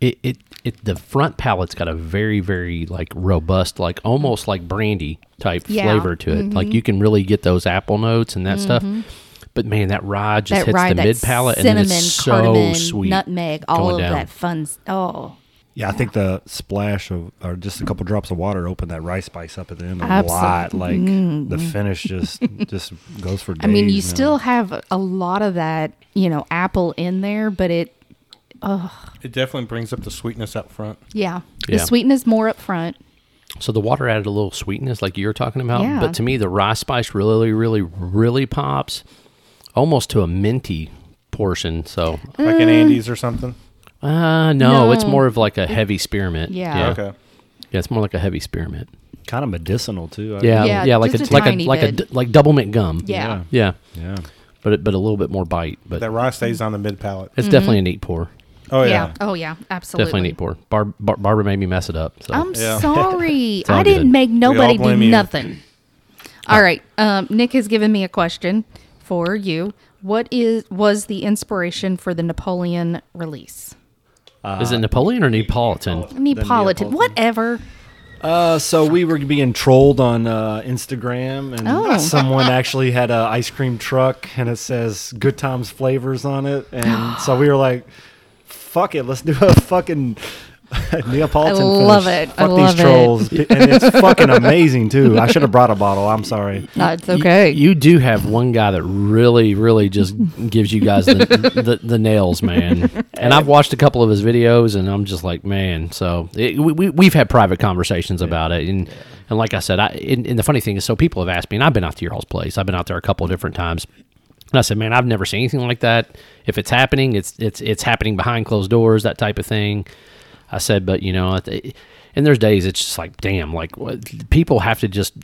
[SPEAKER 1] it, it it the front palate's got a very very like robust like almost like brandy type
[SPEAKER 4] Yeah. Mm-hmm.
[SPEAKER 1] flavor to it. Like you can really get those apple notes and that stuff. But man, that rye just
[SPEAKER 4] that
[SPEAKER 1] hits
[SPEAKER 4] rye,
[SPEAKER 1] the
[SPEAKER 4] that
[SPEAKER 1] mid palate and
[SPEAKER 4] cinnamon,
[SPEAKER 1] then it's so
[SPEAKER 4] cardamom,
[SPEAKER 1] sweet.
[SPEAKER 4] nutmeg, all
[SPEAKER 1] going
[SPEAKER 4] of
[SPEAKER 1] down.
[SPEAKER 4] that fun. s- Oh,
[SPEAKER 2] yeah, I think the splash of or just a couple drops of water opened that rice spice up at the end a
[SPEAKER 4] Absolute-
[SPEAKER 2] lot. Like the finish just just goes for. Days,
[SPEAKER 4] Mm-hmm. I mean, you
[SPEAKER 2] man.
[SPEAKER 4] still have a- a lot of that, you know, apple in there, but it
[SPEAKER 3] It definitely brings up the sweetness up front.
[SPEAKER 4] Yeah. The
[SPEAKER 1] Yeah.
[SPEAKER 4] sweetness more up front.
[SPEAKER 1] So the water added a little sweetness, like you were talking about.
[SPEAKER 4] Yeah.
[SPEAKER 1] But to me, the rye spice really, really, really pops, almost to a minty portion. So
[SPEAKER 3] Like an Andes or something.
[SPEAKER 1] Uh no, it's
[SPEAKER 4] No.
[SPEAKER 1] more of like a heavy spearmint.
[SPEAKER 4] Yeah.
[SPEAKER 1] yeah.
[SPEAKER 3] Okay.
[SPEAKER 1] Yeah, it's more like a heavy spearmint.
[SPEAKER 2] kind of medicinal too. I-
[SPEAKER 1] Yeah, yeah,
[SPEAKER 4] Yeah,
[SPEAKER 1] like
[SPEAKER 4] just
[SPEAKER 1] a,
[SPEAKER 4] a
[SPEAKER 1] like a
[SPEAKER 4] tiny
[SPEAKER 1] like a
[SPEAKER 4] bit.
[SPEAKER 1] d- like double mint gum.
[SPEAKER 4] Yeah.
[SPEAKER 1] Yeah.
[SPEAKER 2] yeah.
[SPEAKER 1] But it, but a little bit more bite, but
[SPEAKER 3] That rye stays on the mid palate.
[SPEAKER 1] it's definitely a neat pour.
[SPEAKER 3] Oh
[SPEAKER 4] Yeah.
[SPEAKER 3] yeah.
[SPEAKER 4] Oh yeah. Mm-hmm. Absolutely. Um,
[SPEAKER 1] Definitely a neat pour. Bar- Bar- Barbara made me mess it up. So
[SPEAKER 4] I'm
[SPEAKER 3] Yeah.
[SPEAKER 4] sorry.
[SPEAKER 1] all
[SPEAKER 4] I didn't
[SPEAKER 1] good.
[SPEAKER 4] make nobody do
[SPEAKER 3] blame you.
[SPEAKER 4] nothing. All right. Um, Nick has given me a question for you. What is was the inspiration for the Napoleon release?
[SPEAKER 3] Uh,
[SPEAKER 1] is it Napoleon or Neapolitan?
[SPEAKER 4] Neapolitan. Whatever.
[SPEAKER 2] Uh, so we were being trolled on uh, Instagram, and
[SPEAKER 4] Oh.
[SPEAKER 2] someone actually had an ice cream truck, and it says "Good Times Flavors" on it, and so we were like, "Fuck it, let's do a fucking." Neapolitan.
[SPEAKER 4] I love
[SPEAKER 2] finish.
[SPEAKER 4] it. I
[SPEAKER 2] Fuck
[SPEAKER 4] love it.
[SPEAKER 2] these trolls, and it's fucking amazing too. I should have brought a bottle. I'm sorry.
[SPEAKER 4] That's
[SPEAKER 1] You-
[SPEAKER 4] okay.
[SPEAKER 1] You, do have one guy that really, really just gives you guys the, the, the nails, man. And I've watched a couple of his videos, and I'm just like, man. So it, we, we we've had private conversations about it, and and like I said, I and, and the funny thing is, so people have asked me, and I've been out to your all's place. I've been out there a couple of different times. And I said, man, I've never seen anything like that. If it's happening, it's it's it's happening behind closed doors, that type of thing. I said, but you know, at the- and there's days it's just like, damn, like what, people have to just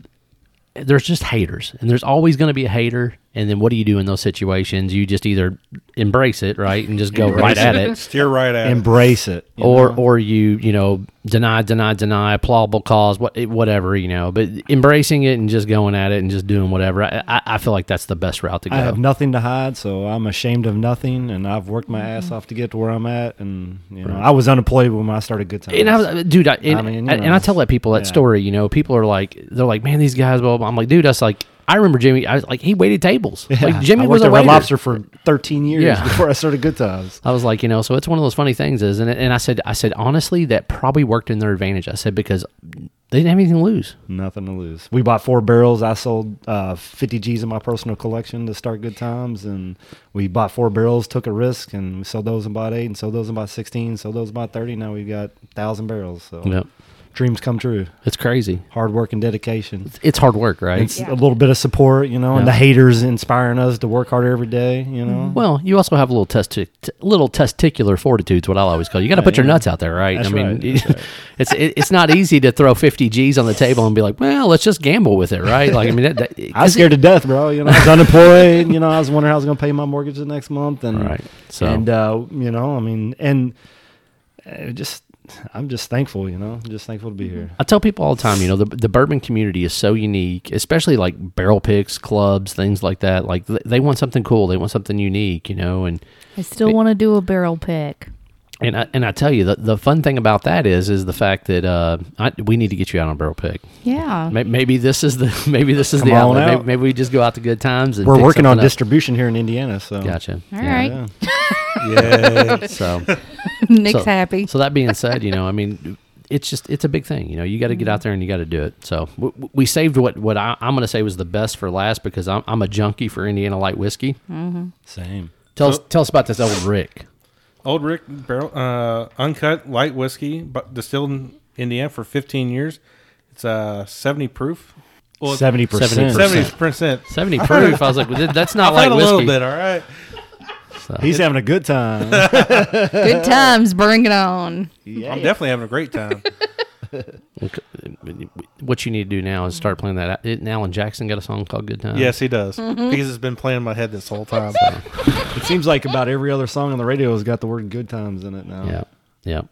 [SPEAKER 1] there's just haters and there's always going to be a hater and then what do you do in those situations you just either embrace it right and just go right at it
[SPEAKER 3] Steer right at it.
[SPEAKER 2] Embrace it. you
[SPEAKER 1] or
[SPEAKER 2] know?
[SPEAKER 1] or you you know deny deny deny plausible cause what it- whatever you know but embracing it and just going at it and just doing whatever i, I, I feel like that's the best route to go
[SPEAKER 2] I have nothing to hide, so I'm ashamed of nothing, and I've worked my
[SPEAKER 4] Mm-hmm.
[SPEAKER 2] ass off to get to where I'm at. And you know, I was unemployable when I started Good Times.
[SPEAKER 1] and I, was- dude, I, and,
[SPEAKER 2] mean, you
[SPEAKER 1] and and I
[SPEAKER 2] know.
[SPEAKER 1] tell that people that
[SPEAKER 2] Yeah.
[SPEAKER 1] story. You know, people are like, they're like, man, these guys. Blah, blah. I'm like, dude, that's like, I remember Jimmy. I was like, he waited tables. Like Jimmy
[SPEAKER 2] I
[SPEAKER 1] was
[SPEAKER 2] worked
[SPEAKER 1] a
[SPEAKER 2] at Red
[SPEAKER 1] waiter.
[SPEAKER 2] Lobster for 13 years
[SPEAKER 1] Yeah.
[SPEAKER 2] before I started Good Times.
[SPEAKER 1] I was like, you know, so it's one of those funny things, is and and I said, I said honestly, that probably worked in their advantage. I said because they didn't have anything to lose.
[SPEAKER 2] Nothing to lose. We bought four barrels. I sold uh, 50 G's in my personal collection to start Good Times, and we bought four barrels, took a risk, and we sold those in about eight, and sold those in about 16, sold those in about 30. Now we've got thousand barrels. So
[SPEAKER 1] Yep.
[SPEAKER 2] dreams come true.
[SPEAKER 1] It's crazy.
[SPEAKER 2] Hard work and dedication.
[SPEAKER 1] It's hard work, right?
[SPEAKER 2] It's a little bit of support, you know, and the
[SPEAKER 1] Yeah.
[SPEAKER 2] haters inspiring us to work harder every day, you know.
[SPEAKER 1] well, you also have a little testi- t- little testicular fortitude, is what I'll always call. it. You got to put your nuts out there, right?
[SPEAKER 2] That's
[SPEAKER 1] I mean,
[SPEAKER 2] right, that's
[SPEAKER 1] it's it, it's not easy to throw fifty G's on the table and be like, well, let's just gamble with it, right? Like, I mean, that, that,
[SPEAKER 2] I was scared to death, bro. You know, I was unemployed. You know, I was wondering how I was going to pay my mortgage the next month, and
[SPEAKER 1] Right, so-
[SPEAKER 2] and uh, you know, I mean, and uh, just I'm just thankful. You know, just thankful to be here.
[SPEAKER 1] I tell people all the time, you know, the, the bourbon community is so unique, especially like barrel picks, clubs, things like that. Like th- they want something cool, they want something unique, you know, and
[SPEAKER 4] I still want to do a barrel pick.
[SPEAKER 1] and I, and I tell you the, the fun thing about that is is the fact that uh, I, we need to get you out on a barrel pick.
[SPEAKER 4] Yeah.
[SPEAKER 1] May- Maybe this is the maybe this is
[SPEAKER 2] Come
[SPEAKER 1] the
[SPEAKER 2] on
[SPEAKER 1] outlet.
[SPEAKER 2] out.
[SPEAKER 1] Maybe, maybe we just go out to good times. And
[SPEAKER 2] We're
[SPEAKER 1] pick
[SPEAKER 2] working on
[SPEAKER 1] something up.
[SPEAKER 2] distribution here in Indiana, so
[SPEAKER 1] Gotcha.
[SPEAKER 4] All
[SPEAKER 1] Yeah.
[SPEAKER 4] right.
[SPEAKER 2] Yeah.
[SPEAKER 3] Yeah.
[SPEAKER 1] So
[SPEAKER 4] Nick's
[SPEAKER 1] so-
[SPEAKER 4] happy.
[SPEAKER 1] So that being said, you know, I mean, it's just it's a big thing. You know, you got to get out there and you got to do it. So w- w- we saved what what I, I'm going to say was the best for last because I'm, I'm a junkie for Indiana Light whiskey.
[SPEAKER 2] Same.
[SPEAKER 1] Tell us tell us about this old Rick.
[SPEAKER 3] Old Rick barrel, uh, uncut light whiskey, but distilled in Indiana for 15 years. It's uh 70 proof. Well,
[SPEAKER 2] Seventy percent.
[SPEAKER 3] 70 percent.
[SPEAKER 1] Seventy proof. I was like, well, th- that's not light
[SPEAKER 3] a little
[SPEAKER 1] whiskey.
[SPEAKER 3] bit, all right.
[SPEAKER 2] He's having a good time.
[SPEAKER 4] Good times, bring it on.
[SPEAKER 3] I'm definitely having a great time.
[SPEAKER 1] What you need to do now is start playing that. Didn't Alan Jackson got a song called "Good Time"?
[SPEAKER 3] yes, he does
[SPEAKER 1] Mm-hmm.
[SPEAKER 3] because it's been playing in my head this whole time.
[SPEAKER 2] It seems like about every other song on the radio has got the word "good times" in it now.
[SPEAKER 1] Yeah. Yeah.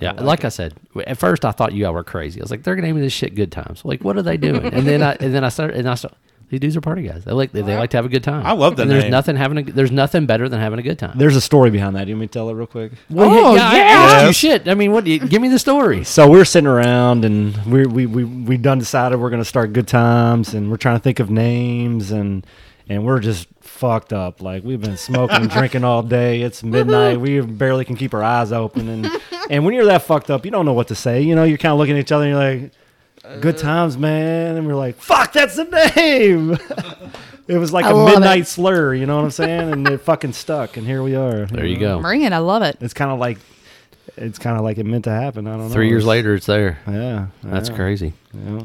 [SPEAKER 1] Yeah. Like, I said, w- at first I thought you all were crazy. I was like, they're naming this shit good times. Like, what are they doing? and then I and then I started and I started. These dudes are party guys. They like they, they like to have a good time.
[SPEAKER 3] I love that
[SPEAKER 1] And there's
[SPEAKER 3] name.
[SPEAKER 1] nothing having a g- there's nothing better than having a good time.
[SPEAKER 2] There's a story behind that. You want me to tell it real quick?
[SPEAKER 1] Well,
[SPEAKER 4] Oh,
[SPEAKER 1] I
[SPEAKER 4] yeah.
[SPEAKER 1] asked you
[SPEAKER 3] Yes.
[SPEAKER 1] shit. I mean, what? do you- Give me the story.
[SPEAKER 2] So we're sitting around and we we we we done decided we're gonna start good times and we're trying to think of names and and we're just fucked up. Like we've been smoking and drinking all day. It's midnight. We barely can keep our eyes open and and when you're that fucked up, you don't know what to say. You know, you're kind of looking at each other and you're like.
[SPEAKER 4] Uh,
[SPEAKER 2] Good times, man, and we're like, "Fuck, that's the name." it was like
[SPEAKER 4] I
[SPEAKER 2] a
[SPEAKER 4] love it.
[SPEAKER 2] midnight slur, you know what I'm saying? And it fucking stuck, and here we are.
[SPEAKER 1] There you go.
[SPEAKER 4] Bring it, I love it.
[SPEAKER 2] It's kind of like, it's kind of like it meant to happen. I don't know.
[SPEAKER 1] Three years
[SPEAKER 2] It's-
[SPEAKER 1] later, it's there.
[SPEAKER 2] yeah,
[SPEAKER 1] That's
[SPEAKER 2] yeah.
[SPEAKER 1] crazy.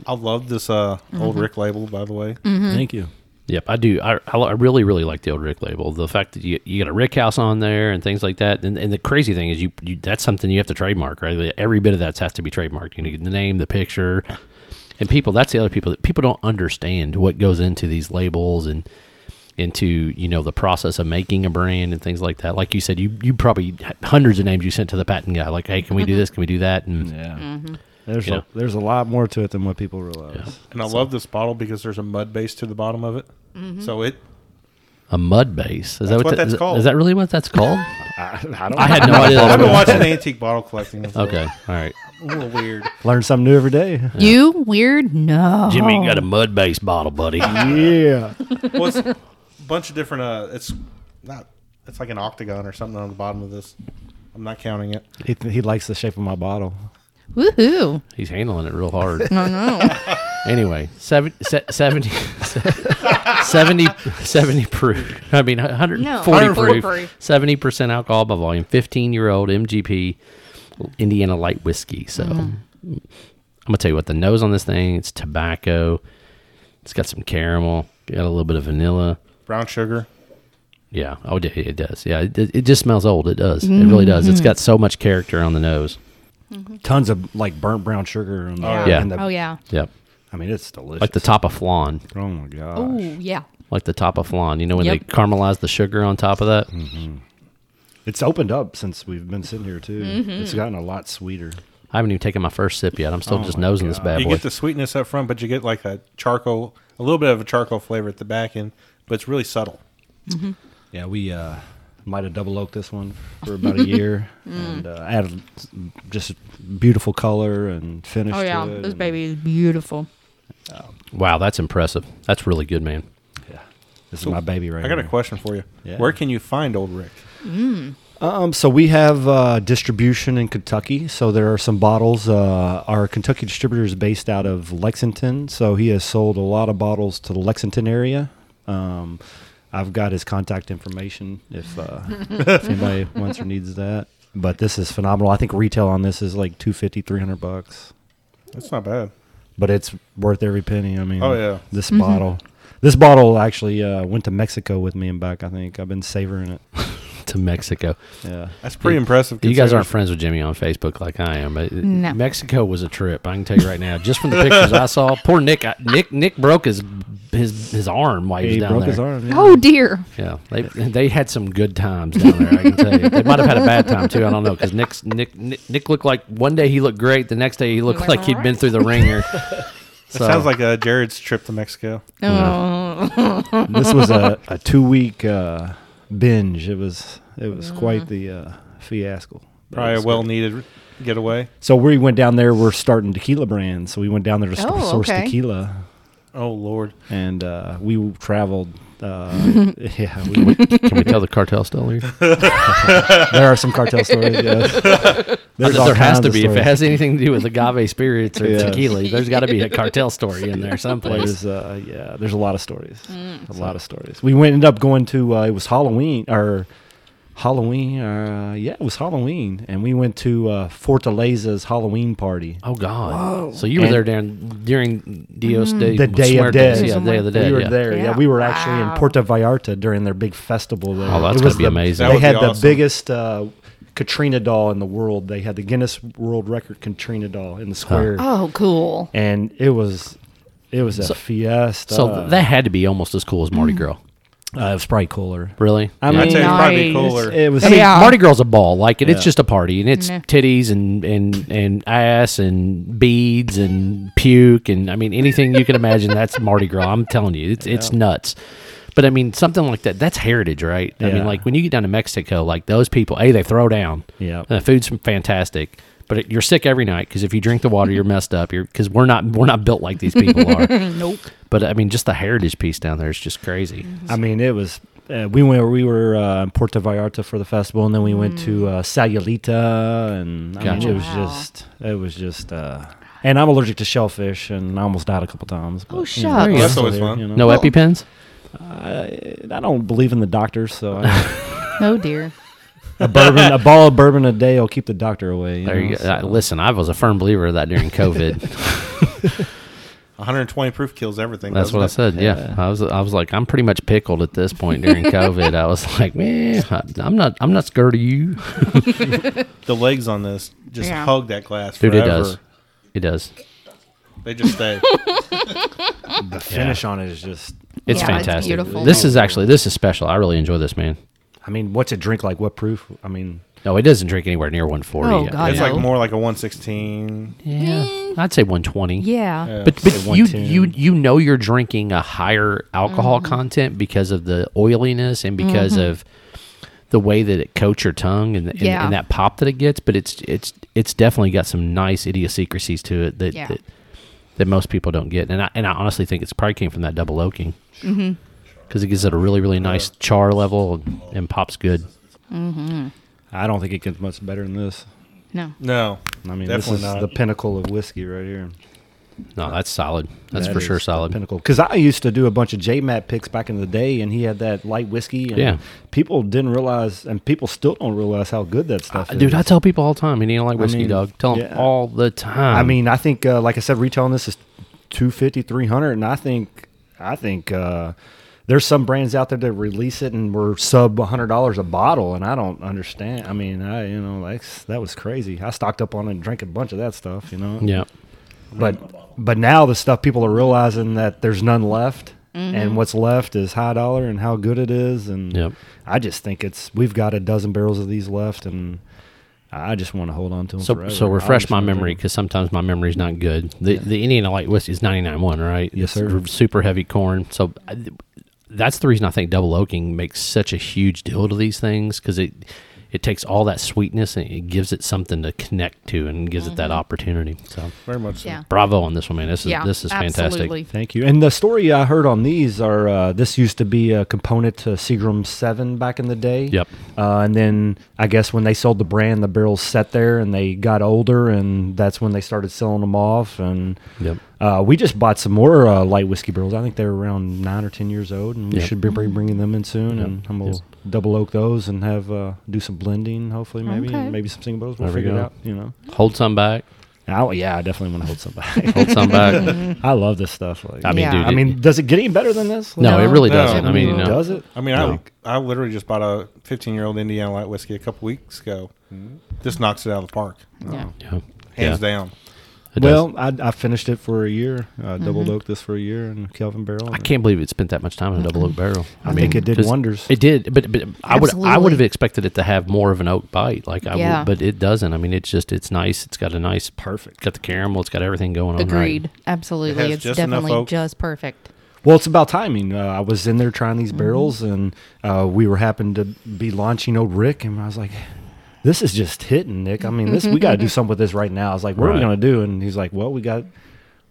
[SPEAKER 3] I love this uh,
[SPEAKER 1] Mm-hmm.
[SPEAKER 3] old Rick label, by the way.
[SPEAKER 4] Mm-hmm.
[SPEAKER 2] Thank you.
[SPEAKER 1] Yep, I do. I, I I really really like the old Rick label. The fact that you you got a Rick house on there and things like that. And, and the crazy thing is you, you that's something you have to trademark, right? Every bit of that's has to be trademarked. You need the name, the picture, and people. That's the other people that people don't understand what goes into these labels and into you know the process of making a brand and things like that. Like you said, you you probably had hundreds of names you sent to the patent guy. Like, hey, can we do this? Can we do that? And
[SPEAKER 2] Yeah.
[SPEAKER 4] Mm-hmm.
[SPEAKER 2] There's
[SPEAKER 1] You
[SPEAKER 2] a,
[SPEAKER 1] know.
[SPEAKER 2] there's a lot more to it than what people realize.
[SPEAKER 3] And I love this bottle because there's a mud base to the bottom of it.
[SPEAKER 1] Mm-hmm.
[SPEAKER 3] So it
[SPEAKER 1] a mud base is that
[SPEAKER 3] That's
[SPEAKER 1] what,
[SPEAKER 3] what
[SPEAKER 1] that-
[SPEAKER 3] that's
[SPEAKER 1] is-
[SPEAKER 3] called.
[SPEAKER 1] Is that really what that's called?
[SPEAKER 2] I, I don't
[SPEAKER 1] I had no idea.
[SPEAKER 3] I've been watching antique bottle collecting. It's
[SPEAKER 1] Okay, all right.
[SPEAKER 3] A little weird.
[SPEAKER 2] learn something new every day.
[SPEAKER 4] You weird? No.
[SPEAKER 1] Jimmy, you got a mud base bottle, buddy.
[SPEAKER 2] yeah.
[SPEAKER 3] Well, it's a bunch of different. Uh, it's not. It's like an octagon or something on the bottom of this. I'm not counting it.
[SPEAKER 2] He, th- he likes the shape of my bottle.
[SPEAKER 4] Woohoo!
[SPEAKER 1] He's handling it real hard. No, no. anyway, seven, se- 70, 70, 70 proof. I mean, 140
[SPEAKER 4] No, 140
[SPEAKER 1] proof,
[SPEAKER 4] proof.
[SPEAKER 1] 70% alcohol by volume, 15 year old MGP Indiana light whiskey. So I'm going to tell you what the nose on this thing it's tobacco, it's got some caramel, got a little bit of vanilla.
[SPEAKER 3] Brown sugar.
[SPEAKER 1] Yeah, oh, it- it does. Yeah, it, it just smells old. It does. It really does. It's got so much character on the nose.
[SPEAKER 2] Tons of like burnt brown sugar. And,
[SPEAKER 3] Yeah.
[SPEAKER 1] Yeah.
[SPEAKER 2] And the,
[SPEAKER 4] Oh yeah.
[SPEAKER 1] Yep.
[SPEAKER 2] I mean, it's delicious.
[SPEAKER 1] Like the top of flan.
[SPEAKER 2] oh my gosh.
[SPEAKER 4] Oh yeah.
[SPEAKER 1] like the top of flan. You know when
[SPEAKER 4] Yep.
[SPEAKER 1] they caramelize the sugar on top of that.
[SPEAKER 2] Mm. It's opened up since we've been sitting here too.
[SPEAKER 4] Mm-hmm.
[SPEAKER 2] It's gotten a lot sweeter.
[SPEAKER 1] I haven't even taken my first sip yet. I'm still
[SPEAKER 2] Oh
[SPEAKER 1] just
[SPEAKER 2] my
[SPEAKER 1] nosing this
[SPEAKER 2] God.
[SPEAKER 1] bad
[SPEAKER 3] you
[SPEAKER 1] boy.
[SPEAKER 3] get the sweetness up front, but you get like a charcoal, a little bit of a charcoal flavor at the back end, but it's really subtle.
[SPEAKER 2] Yeah, we uh, might have double oaked this one for about a year
[SPEAKER 4] Mm.
[SPEAKER 2] and uh, added s- just beautiful color and finish.
[SPEAKER 4] Oh yeah.
[SPEAKER 2] to it
[SPEAKER 4] This
[SPEAKER 2] and-
[SPEAKER 4] baby is beautiful.
[SPEAKER 1] wow, that's impressive. That's really good, man.
[SPEAKER 2] Yeah. This is my baby right
[SPEAKER 3] I got a
[SPEAKER 2] here.
[SPEAKER 3] question for you.
[SPEAKER 2] Yeah.
[SPEAKER 3] Where can you find Old Rick?
[SPEAKER 2] Um, so we have uh, distribution in Kentucky. So there are some bottles. Uh, our Kentucky distributor is based out of Lexington. So he has sold a lot of bottles to the Lexington area. Um, I've got his contact information if, uh, if anybody wants or needs that. But this is phenomenal. I think retail on this is like 250 300 bucks.
[SPEAKER 3] That's not bad.
[SPEAKER 2] But it's worth every penny. I mean,
[SPEAKER 3] Oh, yeah.
[SPEAKER 2] this
[SPEAKER 1] Mm-hmm.
[SPEAKER 2] bottle. This bottle actually uh, went to Mexico with me and back. I think I've been savoring it.
[SPEAKER 1] To Mexico,
[SPEAKER 2] Yeah.
[SPEAKER 3] That's pretty impressive.
[SPEAKER 1] you guys aren't
[SPEAKER 3] considering-
[SPEAKER 1] friends with Jimmy on Facebook like I am, but it-
[SPEAKER 4] No.
[SPEAKER 1] Mexico was a trip. I can tell you right now, just from the pictures I saw. Poor Nick, I, Nick, Nick broke his his his arm while he was
[SPEAKER 2] He
[SPEAKER 1] down
[SPEAKER 2] broke
[SPEAKER 1] there.
[SPEAKER 2] his arm. yeah.
[SPEAKER 4] Oh dear.
[SPEAKER 1] Yeah, they they had some good times down there. I can tell you, they might have had a bad time too. I don't know because Nick's Nick, Nick Nick looked like one day he looked great, the next day he looked like he'd been through the ringer.
[SPEAKER 3] It sounds like uh, Jared's trip to Mexico.
[SPEAKER 4] Oh.
[SPEAKER 2] this was a, a two week uh, binge. It was it was
[SPEAKER 4] Mm.
[SPEAKER 2] quite the uh, fiasco. It
[SPEAKER 3] Probably a
[SPEAKER 2] was
[SPEAKER 3] well
[SPEAKER 2] great.
[SPEAKER 3] needed getaway.
[SPEAKER 2] So we went down there. We're starting tequila brands. So we went down there to st-
[SPEAKER 4] Oh,
[SPEAKER 2] source
[SPEAKER 4] okay.
[SPEAKER 2] tequila.
[SPEAKER 3] Oh Lord,
[SPEAKER 2] and uh, we traveled. Uh, yeah, we,
[SPEAKER 1] Can we tell the cartel story?
[SPEAKER 2] there are some cartel stories. Yes, There's all
[SPEAKER 1] there has
[SPEAKER 2] kinds
[SPEAKER 1] to
[SPEAKER 2] of
[SPEAKER 1] be. If it
[SPEAKER 2] stories.
[SPEAKER 1] has anything to do with agave spirits or
[SPEAKER 2] Yeah.
[SPEAKER 1] tequila, there's got to be a cartel story in there someplace. Mm.
[SPEAKER 2] There's uh, yeah, there's a lot of stories. A lot of stories. We went ended up going to uh, it was Halloween or Halloween or uh, yeah, it was Halloween, and we went to uh, Fortaleza's Halloween party.
[SPEAKER 1] Oh God! So you were
[SPEAKER 2] And-
[SPEAKER 1] there during during Dios Day,
[SPEAKER 2] The Day of
[SPEAKER 1] Muertos.
[SPEAKER 2] Dead.
[SPEAKER 1] yeah, Day of the Dead.
[SPEAKER 2] we were
[SPEAKER 1] yeah.
[SPEAKER 2] there. Yeah.
[SPEAKER 4] Yeah.
[SPEAKER 2] we were actually in
[SPEAKER 4] Wow.
[SPEAKER 2] Puerto Vallarta during their big festival there.
[SPEAKER 1] Oh, that's
[SPEAKER 2] It
[SPEAKER 1] gonna
[SPEAKER 2] was
[SPEAKER 1] be
[SPEAKER 2] the-
[SPEAKER 1] amazing.
[SPEAKER 3] That
[SPEAKER 2] They
[SPEAKER 3] would
[SPEAKER 2] had
[SPEAKER 3] be
[SPEAKER 2] the
[SPEAKER 3] awesome.
[SPEAKER 2] biggest uh, Katrina doll in the world. They had the Guinness World Record Katrina doll in the square,
[SPEAKER 4] Oh, cool.
[SPEAKER 2] and it was it was a fiesta.
[SPEAKER 1] So th- that had to be almost as cool as Mardi Gras.
[SPEAKER 2] uh, it was probably cooler.
[SPEAKER 1] Really?
[SPEAKER 2] I
[SPEAKER 1] Yeah.
[SPEAKER 3] I'd say it's probably
[SPEAKER 4] Nice.
[SPEAKER 3] cooler.
[SPEAKER 2] It was
[SPEAKER 1] I mean,
[SPEAKER 4] Yeah.
[SPEAKER 1] Mardi Gras a ball. Like, and it's
[SPEAKER 2] Yeah.
[SPEAKER 1] just a party, and it's
[SPEAKER 4] Yeah.
[SPEAKER 1] titties and and and ass and beads and puke and I mean anything you can imagine. that's Mardi Gras. I'm telling you, it's it's nuts. But I mean, something like that, that's heritage, right? I
[SPEAKER 2] Yeah.
[SPEAKER 1] mean, like when you get down to Mexico, like those people, hey, they throw down.
[SPEAKER 2] Yeah.
[SPEAKER 1] The food's fantastic, but it, you're sick every night because if you drink the water, you're messed up. You're because we're not we're not built like these people are. nope. But I mean, just the heritage piece down there is just crazy.
[SPEAKER 2] I mean, it was. Uh, we went. We were uh, in Puerto Vallarta for the festival, and then we went
[SPEAKER 4] Mm.
[SPEAKER 2] to uh, Sayulita, and I mean,
[SPEAKER 1] Gotcha.
[SPEAKER 2] it was
[SPEAKER 4] Wow.
[SPEAKER 2] just. It was just. Uh, and I'm allergic to shellfish, and I almost died a couple times. But,
[SPEAKER 4] Oh,
[SPEAKER 2] you know,
[SPEAKER 4] shucks.
[SPEAKER 2] it's
[SPEAKER 1] Well, that's
[SPEAKER 2] still
[SPEAKER 3] always
[SPEAKER 2] there,
[SPEAKER 3] fun.
[SPEAKER 2] you know.
[SPEAKER 1] No epipens.
[SPEAKER 2] I don't believe in the doctors, so I,
[SPEAKER 4] Oh dear.
[SPEAKER 2] a bourbon, a ball of bourbon a day will keep the doctor away.
[SPEAKER 1] There you
[SPEAKER 2] know,
[SPEAKER 1] go.
[SPEAKER 2] so-
[SPEAKER 1] Uh, Listen, I was a firm believer of that during COVID.
[SPEAKER 3] 120 proof kills everything.
[SPEAKER 1] That's
[SPEAKER 3] doesn't
[SPEAKER 1] what I
[SPEAKER 3] it?
[SPEAKER 1] said. Yeah. I was. I was like, I'm pretty much pickled at this point during COVID. I was like, man, I, I'm not. I'm not scared of you,
[SPEAKER 3] The legs on this just
[SPEAKER 4] Yeah.
[SPEAKER 3] hug that glass
[SPEAKER 1] dude.
[SPEAKER 3] forever.
[SPEAKER 1] It does. It does.
[SPEAKER 3] They just stay.
[SPEAKER 2] the finish on it is just.
[SPEAKER 1] It's
[SPEAKER 4] Yeah, it's
[SPEAKER 1] fantastic.
[SPEAKER 4] beautiful.
[SPEAKER 1] This is actually this is special. I really enjoy this, man.
[SPEAKER 2] I mean, what's it drink like? What proof? I mean,
[SPEAKER 1] No, it doesn't drink anywhere near 140.
[SPEAKER 4] Oh, God,
[SPEAKER 3] it's
[SPEAKER 1] yeah.
[SPEAKER 4] no.
[SPEAKER 3] like more like a 116.
[SPEAKER 1] yeah, I'd say 120.
[SPEAKER 4] Yeah.
[SPEAKER 1] But, but you,
[SPEAKER 2] 110.
[SPEAKER 1] you you know you're drinking a higher alcohol
[SPEAKER 4] Mm-hmm.
[SPEAKER 1] content because of the oiliness and because of the way that it coats your tongue and, and,
[SPEAKER 4] Yeah.
[SPEAKER 1] and that pop that it gets. But it's it's it's definitely got some nice idiosyncrasies to it that
[SPEAKER 4] Yeah.
[SPEAKER 1] that, that most people don't get. And I and I honestly think it's probably came from that double oaking
[SPEAKER 4] Mm-hmm.
[SPEAKER 1] because it gives it a really really nice char level and, and pops good.
[SPEAKER 2] I don't think it gets much better than this.
[SPEAKER 4] No.
[SPEAKER 3] No,
[SPEAKER 2] I mean,
[SPEAKER 3] definitely
[SPEAKER 2] this is
[SPEAKER 3] not.
[SPEAKER 2] the pinnacle of whiskey right here.
[SPEAKER 1] No, that's solid. That's
[SPEAKER 2] That
[SPEAKER 1] for
[SPEAKER 2] is
[SPEAKER 1] sure
[SPEAKER 2] the
[SPEAKER 1] solid.
[SPEAKER 2] Pinnacle, because I used to do a bunch of J Mat picks back in the day, and he had that light whiskey. And
[SPEAKER 1] Yeah.
[SPEAKER 2] people didn't realize, and people still don't realize how good that stuff is.
[SPEAKER 1] Uh, Dude, I tell people all the time, and you don't like whiskey,
[SPEAKER 2] mean,
[SPEAKER 1] dog. Tell them
[SPEAKER 2] yeah.
[SPEAKER 1] all the time.
[SPEAKER 2] I mean, I think, uh, like I said, retailing this is 250 300 and I think, I think uh, there's some brands out there that release it and we're sub $100 a bottle, and I don't understand. I mean, I you know, that's that was crazy. I stocked up on it and drank a bunch of that stuff, you know.
[SPEAKER 1] yeah.
[SPEAKER 2] But but now the stuff people are realizing that there's none left, and what's left is high dollar and how good it is, and
[SPEAKER 1] Yep.
[SPEAKER 2] I just think it's we've got a dozen barrels of these left, and I just want to hold on to them.
[SPEAKER 1] So,
[SPEAKER 2] forever.
[SPEAKER 1] so
[SPEAKER 2] I
[SPEAKER 1] refresh
[SPEAKER 2] just
[SPEAKER 1] my
[SPEAKER 2] wanna drink
[SPEAKER 1] memory
[SPEAKER 2] 'em.
[SPEAKER 1] because sometimes my memory's not good. The the Indiana Light whiskey is ninety nine one, right?
[SPEAKER 2] Yes,
[SPEAKER 1] It's
[SPEAKER 2] sir.
[SPEAKER 1] r- Super heavy corn. So I th- that's the reason I think double oaking makes such a huge deal to these things because it it takes all that sweetness and it gives it something to connect to and gives it that opportunity. So
[SPEAKER 3] very much. So.
[SPEAKER 4] Yeah.
[SPEAKER 1] bravo on this one, man. This is
[SPEAKER 4] Mm-hmm. Yeah.
[SPEAKER 1] this is fantastic.
[SPEAKER 4] absolutely.
[SPEAKER 2] Thank you. And the story I heard on these are uh, this used to be a component to Seagram Seven back in the day.
[SPEAKER 1] Yep.
[SPEAKER 2] Uh, and then I guess when they sold the brand, the barrels sat there, and they got older, and that's when they started selling them off. And
[SPEAKER 1] Yep.
[SPEAKER 2] uh, we just bought some more uh, light whiskey barrels. I think they're around nine or ten years old, and we
[SPEAKER 1] Yep.
[SPEAKER 2] should be br- bringing them in soon. And I'm gonna
[SPEAKER 1] Yes.
[SPEAKER 2] double oak those and have uh, do some blending, hopefully, maybe,
[SPEAKER 4] Okay.
[SPEAKER 2] and maybe some single barrels. We'll
[SPEAKER 1] There we
[SPEAKER 2] figure it
[SPEAKER 1] go.
[SPEAKER 2] out. You know.
[SPEAKER 1] Hold some back.
[SPEAKER 2] I, yeah, I definitely want to hold some back.
[SPEAKER 1] Hold some back.
[SPEAKER 2] I love this stuff. Like,
[SPEAKER 1] Oh. I mean,
[SPEAKER 4] Yeah.
[SPEAKER 1] dude.
[SPEAKER 2] I
[SPEAKER 1] it-
[SPEAKER 2] mean, does it get any better than this?
[SPEAKER 1] no, it
[SPEAKER 4] No.
[SPEAKER 1] really
[SPEAKER 3] No.
[SPEAKER 1] doesn't. I mean, you know,
[SPEAKER 4] No.
[SPEAKER 2] does it?
[SPEAKER 3] I mean,
[SPEAKER 1] No.
[SPEAKER 3] I I literally just bought a 15 year old Indiana Light whiskey a couple weeks ago. This knocks it out of the park,
[SPEAKER 4] Yeah.
[SPEAKER 1] Yeah.
[SPEAKER 3] hands
[SPEAKER 1] yeah,
[SPEAKER 3] down.
[SPEAKER 1] it does.
[SPEAKER 2] Well, I, I finished it for a year. Uh, Double oaked this for a year in Kelvin barrel.
[SPEAKER 1] I can't believe it spent that much time in a double oak barrel.
[SPEAKER 2] I think it did
[SPEAKER 1] just-
[SPEAKER 2] wonders.
[SPEAKER 1] It did, but, but I would I
[SPEAKER 4] Absolutely.
[SPEAKER 1] would have expected it to have more of an oak bite, like I
[SPEAKER 4] Yeah.
[SPEAKER 1] would, but it doesn't. I mean, it's just it's nice. It's got a nice
[SPEAKER 2] Perfect.
[SPEAKER 1] Got the caramel. It's got everything going on. right.
[SPEAKER 4] Agreed. Absolutely.
[SPEAKER 3] It has
[SPEAKER 4] it's
[SPEAKER 3] just enough
[SPEAKER 4] definitely
[SPEAKER 3] oak.
[SPEAKER 4] just perfect.
[SPEAKER 2] Well, it's about timing. Uh, I was in there trying these barrels, and uh, we were happened to be launching old Rick, and I was like, "This is just hitting, Nick. I mean, this we got to do something with this right now." I was like, "What are we
[SPEAKER 1] Right.
[SPEAKER 2] gonna do?" And he's like, "Well, we got."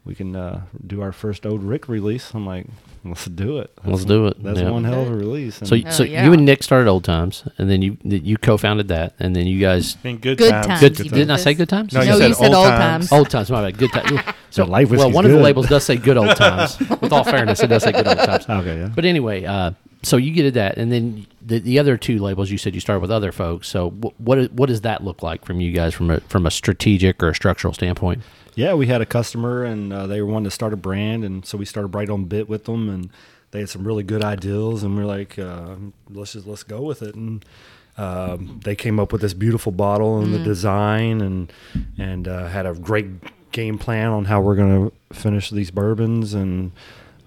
[SPEAKER 2] we can uh, do our first Old Rick release. I'm like, let's do it. That's
[SPEAKER 1] Let's do it.
[SPEAKER 2] That's
[SPEAKER 1] Yeah.
[SPEAKER 2] one hell of a release.
[SPEAKER 1] So,
[SPEAKER 4] Oh,
[SPEAKER 2] And
[SPEAKER 1] so
[SPEAKER 5] yeah.
[SPEAKER 1] you and Nick started Old Times, and then you th- you co-founded that, and then you guys.
[SPEAKER 3] I mean, good,
[SPEAKER 5] Good
[SPEAKER 3] times.
[SPEAKER 5] times.
[SPEAKER 1] Good.
[SPEAKER 5] you
[SPEAKER 1] didn't I
[SPEAKER 5] did
[SPEAKER 1] say
[SPEAKER 5] this.
[SPEAKER 1] good times?
[SPEAKER 3] No,
[SPEAKER 5] No, you said old times.
[SPEAKER 1] Old times, my bad. Good times. So,
[SPEAKER 2] life
[SPEAKER 1] well,
[SPEAKER 2] whiskey's
[SPEAKER 1] one of the
[SPEAKER 2] good.
[SPEAKER 1] labels does say good old times. With all fairness, it does say good old times.
[SPEAKER 2] okay, yeah.
[SPEAKER 1] But anyway, uh, so you get at that, and then the, the other two labels you said you started with other folks. So wh- what i- what does that look like from you guys from a from a strategic or a structural standpoint?
[SPEAKER 2] Yeah, we had a customer and uh, they were wanting to start a brand, and so we started Bright on Bit with them, and they had some really good ideals, and we are like, uh, let's just let's go with it, and um they came up with this beautiful bottle and the design, and and uh, had a great game plan on how we're gonna finish these bourbons, and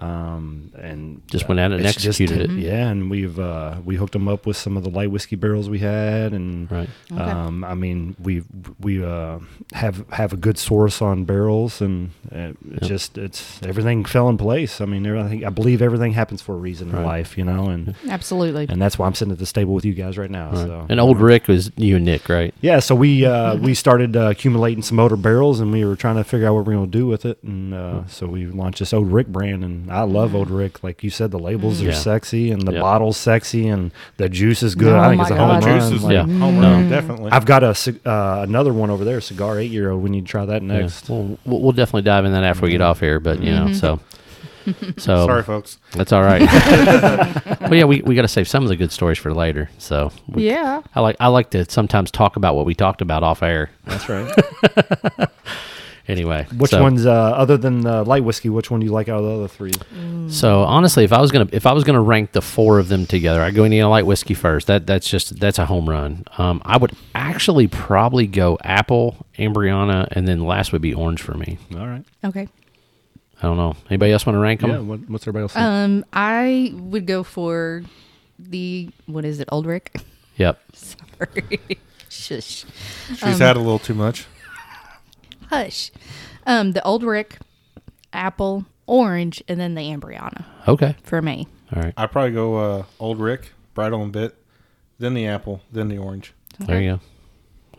[SPEAKER 2] um, and
[SPEAKER 1] Just went at it and
[SPEAKER 2] it's just-
[SPEAKER 1] executed it.
[SPEAKER 2] Yeah, and we've uh, we hooked them up with some of the light whiskey barrels we had, and
[SPEAKER 1] Right.
[SPEAKER 2] um, I mean, we we uh, have have a good source on barrels, and uh, it just it's everything fell in place. I mean, everything I believe everything happens for a reason in
[SPEAKER 1] Right.
[SPEAKER 2] life, you know, and
[SPEAKER 1] Oh.
[SPEAKER 4] Absolutely.
[SPEAKER 2] and that's why I'm sitting at this table with you guys right now.
[SPEAKER 1] Right.
[SPEAKER 2] So
[SPEAKER 1] And Old Rick was you and Nick, right?
[SPEAKER 2] yeah, so we uh, we started uh, accumulating some older barrels, and we were trying to figure out what we are going to do with it, and uh, so we launched this Old Rick brand, and I love Old Rick. Like you said, the labels
[SPEAKER 4] Mm.
[SPEAKER 2] are
[SPEAKER 1] Yeah.
[SPEAKER 2] sexy, and the
[SPEAKER 1] Yeah.
[SPEAKER 2] bottle's sexy, and the juice is good.
[SPEAKER 4] Oh
[SPEAKER 2] I think
[SPEAKER 4] my
[SPEAKER 2] it's a
[SPEAKER 4] God.
[SPEAKER 2] home
[SPEAKER 4] The
[SPEAKER 2] run.
[SPEAKER 3] juice is
[SPEAKER 2] like-
[SPEAKER 1] Yeah.
[SPEAKER 3] yeah. home run, definitely.
[SPEAKER 2] I've got a cig- uh, another one over there, cigar eight year old. We need to try that
[SPEAKER 1] Yeah.
[SPEAKER 2] next. Mm-hmm.
[SPEAKER 1] Well, we'll we'll definitely dive in that after we get off here, but you know, so so
[SPEAKER 3] Sorry, folks.
[SPEAKER 1] that's all right. well, yeah, we, we got to save some of the good stories for later. So we,
[SPEAKER 4] Yeah.
[SPEAKER 1] I like I like to sometimes talk about what we talked about off air.
[SPEAKER 2] That's right.
[SPEAKER 1] Anyway,
[SPEAKER 2] which
[SPEAKER 1] so-
[SPEAKER 2] one's uh, other than the light whiskey? Which one do you like out of the other three?
[SPEAKER 1] So honestly, if I was gonna if I was gonna rank the four of them together, I'd go Indiana Light Whiskey first. That that's just that's a home run. Um, I would actually probably go Apple, Embryana, and then last would be Orange for me.
[SPEAKER 2] All right.
[SPEAKER 5] Okay.
[SPEAKER 1] I don't know. Anybody else want to rank them?
[SPEAKER 2] Yeah. What, what's everybody else? think?
[SPEAKER 5] Um, I would go for the what is it, Ulrich?
[SPEAKER 1] Yep.
[SPEAKER 5] Sorry. Shush.
[SPEAKER 3] She's had a little too much.
[SPEAKER 5] Hush. Um, the Old Rick, Apple, Orange, and then the Embryana
[SPEAKER 1] Okay.
[SPEAKER 5] for me.
[SPEAKER 1] All right.
[SPEAKER 3] I probably go uh, old Rick, bridle and bit, then the apple, then the orange.
[SPEAKER 1] There you go.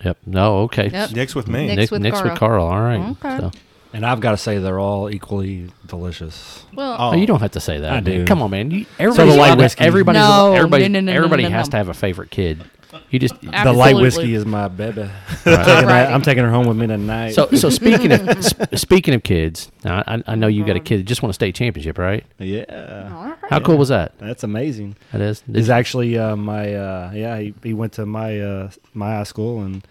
[SPEAKER 1] Yep. No. Okay.
[SPEAKER 5] Yep.
[SPEAKER 3] Nick's with me.
[SPEAKER 5] Nick-
[SPEAKER 1] Nick,
[SPEAKER 5] with
[SPEAKER 1] next with Carl.
[SPEAKER 5] Carl.
[SPEAKER 1] All right.
[SPEAKER 5] Okay.
[SPEAKER 1] So-
[SPEAKER 2] and I've got to say they're all equally delicious.
[SPEAKER 5] Well,
[SPEAKER 1] Oh, you don't have to say that.
[SPEAKER 2] I
[SPEAKER 1] man.
[SPEAKER 2] do.
[SPEAKER 1] Come on, man. You, everybody's
[SPEAKER 2] light
[SPEAKER 1] allowed to-
[SPEAKER 2] whiskey.
[SPEAKER 1] Everybody's,
[SPEAKER 5] No,
[SPEAKER 1] no, everybody,
[SPEAKER 5] no, no, no, no,
[SPEAKER 1] everybody
[SPEAKER 5] no, no.
[SPEAKER 1] has to have a favorite kid. You just
[SPEAKER 5] Ab-
[SPEAKER 2] The light
[SPEAKER 5] Absolutely.
[SPEAKER 2] whiskey is my baby. I'm,
[SPEAKER 1] Right.
[SPEAKER 2] taking that,
[SPEAKER 5] Right.
[SPEAKER 2] I'm taking her home with me tonight.
[SPEAKER 1] So, so speaking of sp- speaking of kids, now, I, I know you got a kid that just won a state championship, right?
[SPEAKER 2] yeah,
[SPEAKER 1] How cool was that?
[SPEAKER 2] that's amazing.
[SPEAKER 1] That is.
[SPEAKER 2] He's actually uh, my uh, yeah. He, he went to my uh, my high school and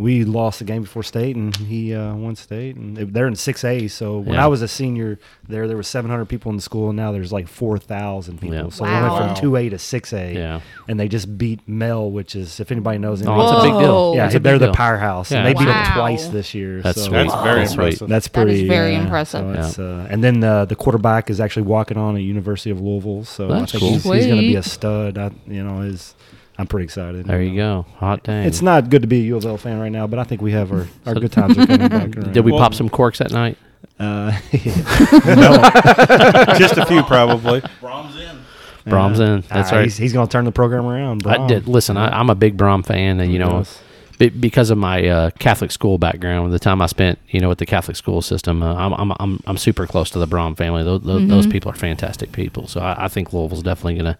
[SPEAKER 2] we lost the game before state and he uh, won state and they- they're in six A. So when
[SPEAKER 1] Yeah.
[SPEAKER 2] I was a senior, there there were seven hundred people in the school and now there's like four thousand people.
[SPEAKER 1] Yeah.
[SPEAKER 2] So they went
[SPEAKER 3] Wow.
[SPEAKER 2] from two A to six A.
[SPEAKER 1] Yeah.
[SPEAKER 2] And they just beat Mel, which is if anybody knows anything,
[SPEAKER 1] Oh, it's a big deal.
[SPEAKER 5] Whoa.
[SPEAKER 2] yeah,
[SPEAKER 1] It's a big
[SPEAKER 2] they're the
[SPEAKER 1] deal.
[SPEAKER 2] powerhouse and
[SPEAKER 1] Yeah.
[SPEAKER 2] they beat
[SPEAKER 5] Wow.
[SPEAKER 2] them twice this year.
[SPEAKER 1] That's
[SPEAKER 2] so
[SPEAKER 1] sweet.
[SPEAKER 3] That's very
[SPEAKER 1] That's
[SPEAKER 3] impressive.
[SPEAKER 2] That's
[SPEAKER 5] That is
[SPEAKER 2] pretty.
[SPEAKER 5] very
[SPEAKER 2] yeah.
[SPEAKER 5] impressive.
[SPEAKER 2] So it's, uh, and then uh, the quarterback is actually walking on at University of Louisville, so
[SPEAKER 1] That's
[SPEAKER 2] I think
[SPEAKER 1] cool.
[SPEAKER 2] he's, he's going to be a
[SPEAKER 5] Sweet.
[SPEAKER 2] stud. I, you know, is I'm pretty excited.
[SPEAKER 1] There you go. Hot dang.
[SPEAKER 2] It's not good to be a U of L fan right now, but I think we have our, our good times are coming back. Around.
[SPEAKER 1] Did we
[SPEAKER 3] Well-
[SPEAKER 1] pop some corks that night?
[SPEAKER 2] Uh,
[SPEAKER 3] Just a few, probably.
[SPEAKER 6] Brahms in.
[SPEAKER 1] Brahms in. That's
[SPEAKER 2] uh,
[SPEAKER 1] right.
[SPEAKER 2] He's, he's going to turn the program around.
[SPEAKER 1] I
[SPEAKER 2] Brom.
[SPEAKER 1] did. Listen, I, I'm a big Brom fan, and you know,
[SPEAKER 2] Yes.
[SPEAKER 1] be, because of my uh, Catholic school background, the time I spent, you know, with the Catholic school system, uh, I'm, I'm I'm I'm super close to the Brom family. Those, those, those people are fantastic people. So I, I think Louisville's definitely gonna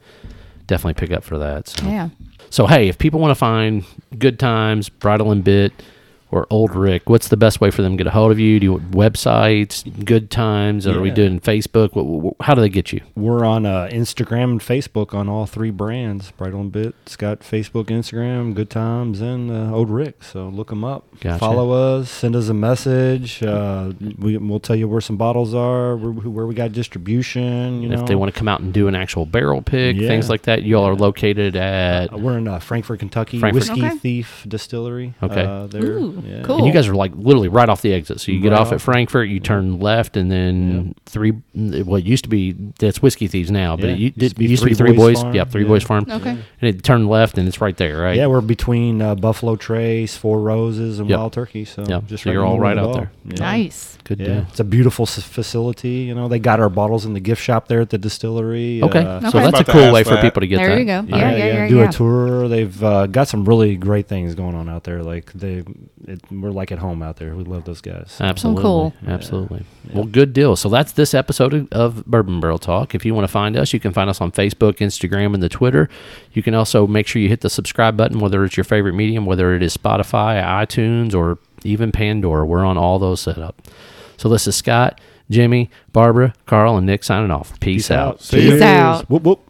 [SPEAKER 1] definitely pick up for that. So.
[SPEAKER 5] yeah.
[SPEAKER 1] So hey, if people want to find Good Times, Bridle and Bit, or Old Rick, what's the best way for them to get a hold of you? Do you want websites, Good Times, or are we
[SPEAKER 2] Yeah.
[SPEAKER 1] doing Facebook? What, what, how do they get you?
[SPEAKER 2] We're on uh, Instagram and Facebook on all three brands. Bright on Bit, it's got Facebook, Instagram, Good Times, and uh, Old Rick. So look them up,
[SPEAKER 1] Gotcha.
[SPEAKER 2] follow us, send us a message. Uh, we, we'll tell you where some bottles are, where, where we got distribution. You
[SPEAKER 1] And
[SPEAKER 2] know,
[SPEAKER 1] if they want to come out and do an actual barrel pick,
[SPEAKER 2] Yeah.
[SPEAKER 1] things like that, you all are located at.
[SPEAKER 2] Uh, we're in uh, Frankfort, Kentucky,
[SPEAKER 1] Frankfort.
[SPEAKER 2] Whiskey
[SPEAKER 5] Okay.
[SPEAKER 2] Thief Distillery.
[SPEAKER 1] Okay.
[SPEAKER 2] uh, there.
[SPEAKER 5] Ooh,
[SPEAKER 2] Yeah.
[SPEAKER 5] cool.
[SPEAKER 1] And you guys are like literally right off the exit. So you get
[SPEAKER 2] Right
[SPEAKER 1] off at
[SPEAKER 2] off.
[SPEAKER 1] Frankfurt, you turn left, and then three. What used to be that's Whiskey Thieves now, but
[SPEAKER 2] Yeah.
[SPEAKER 1] it, u- it used, to be, Three Boys. yeah, Three
[SPEAKER 2] Farm.
[SPEAKER 1] Boys
[SPEAKER 2] Yeah.
[SPEAKER 1] Farm.
[SPEAKER 5] Okay.
[SPEAKER 1] And it turned left, and it's right there, right?
[SPEAKER 2] Yeah, we're between uh, Buffalo Trace, Four Roses, and
[SPEAKER 1] Yep.
[SPEAKER 2] Wild Turkey. So
[SPEAKER 1] Yep. So you're
[SPEAKER 2] in the
[SPEAKER 1] all
[SPEAKER 2] middle
[SPEAKER 1] right
[SPEAKER 2] of it
[SPEAKER 1] out there.
[SPEAKER 2] Yeah.
[SPEAKER 5] Nice.
[SPEAKER 1] Good
[SPEAKER 2] Yeah.
[SPEAKER 1] deal.
[SPEAKER 2] it's a beautiful s- facility. You know, they got our bottles in the gift shop there at the distillery.
[SPEAKER 1] Okay,
[SPEAKER 2] Uh,
[SPEAKER 1] so
[SPEAKER 5] Okay.
[SPEAKER 1] that's a
[SPEAKER 3] About to
[SPEAKER 1] cool
[SPEAKER 3] ask
[SPEAKER 1] way for
[SPEAKER 3] that.
[SPEAKER 1] people to get
[SPEAKER 5] There
[SPEAKER 1] that.
[SPEAKER 5] you go. Yeah, yeah, yeah.
[SPEAKER 2] do
[SPEAKER 5] yeah.
[SPEAKER 2] a tour. They've uh, got some really great things going on out there. Like they, it, we're like at home out there. We love those guys.
[SPEAKER 1] Absolutely.
[SPEAKER 4] cool.
[SPEAKER 1] Absolutely. Well, good deal. So that's this episode of- of Bourbon Barrel Talk. If you want to find us, you can find us on Facebook, Instagram, and the Twitter. You can also make sure you hit the subscribe button, whether it's your favorite medium, whether it is Spotify, iTunes, or even Pandora. We're on all those setup. So this is Scott, Jimmy, Barbara, Carl, and Nick signing off. Peace, out.
[SPEAKER 4] Peace out.
[SPEAKER 2] Whoop, whoop.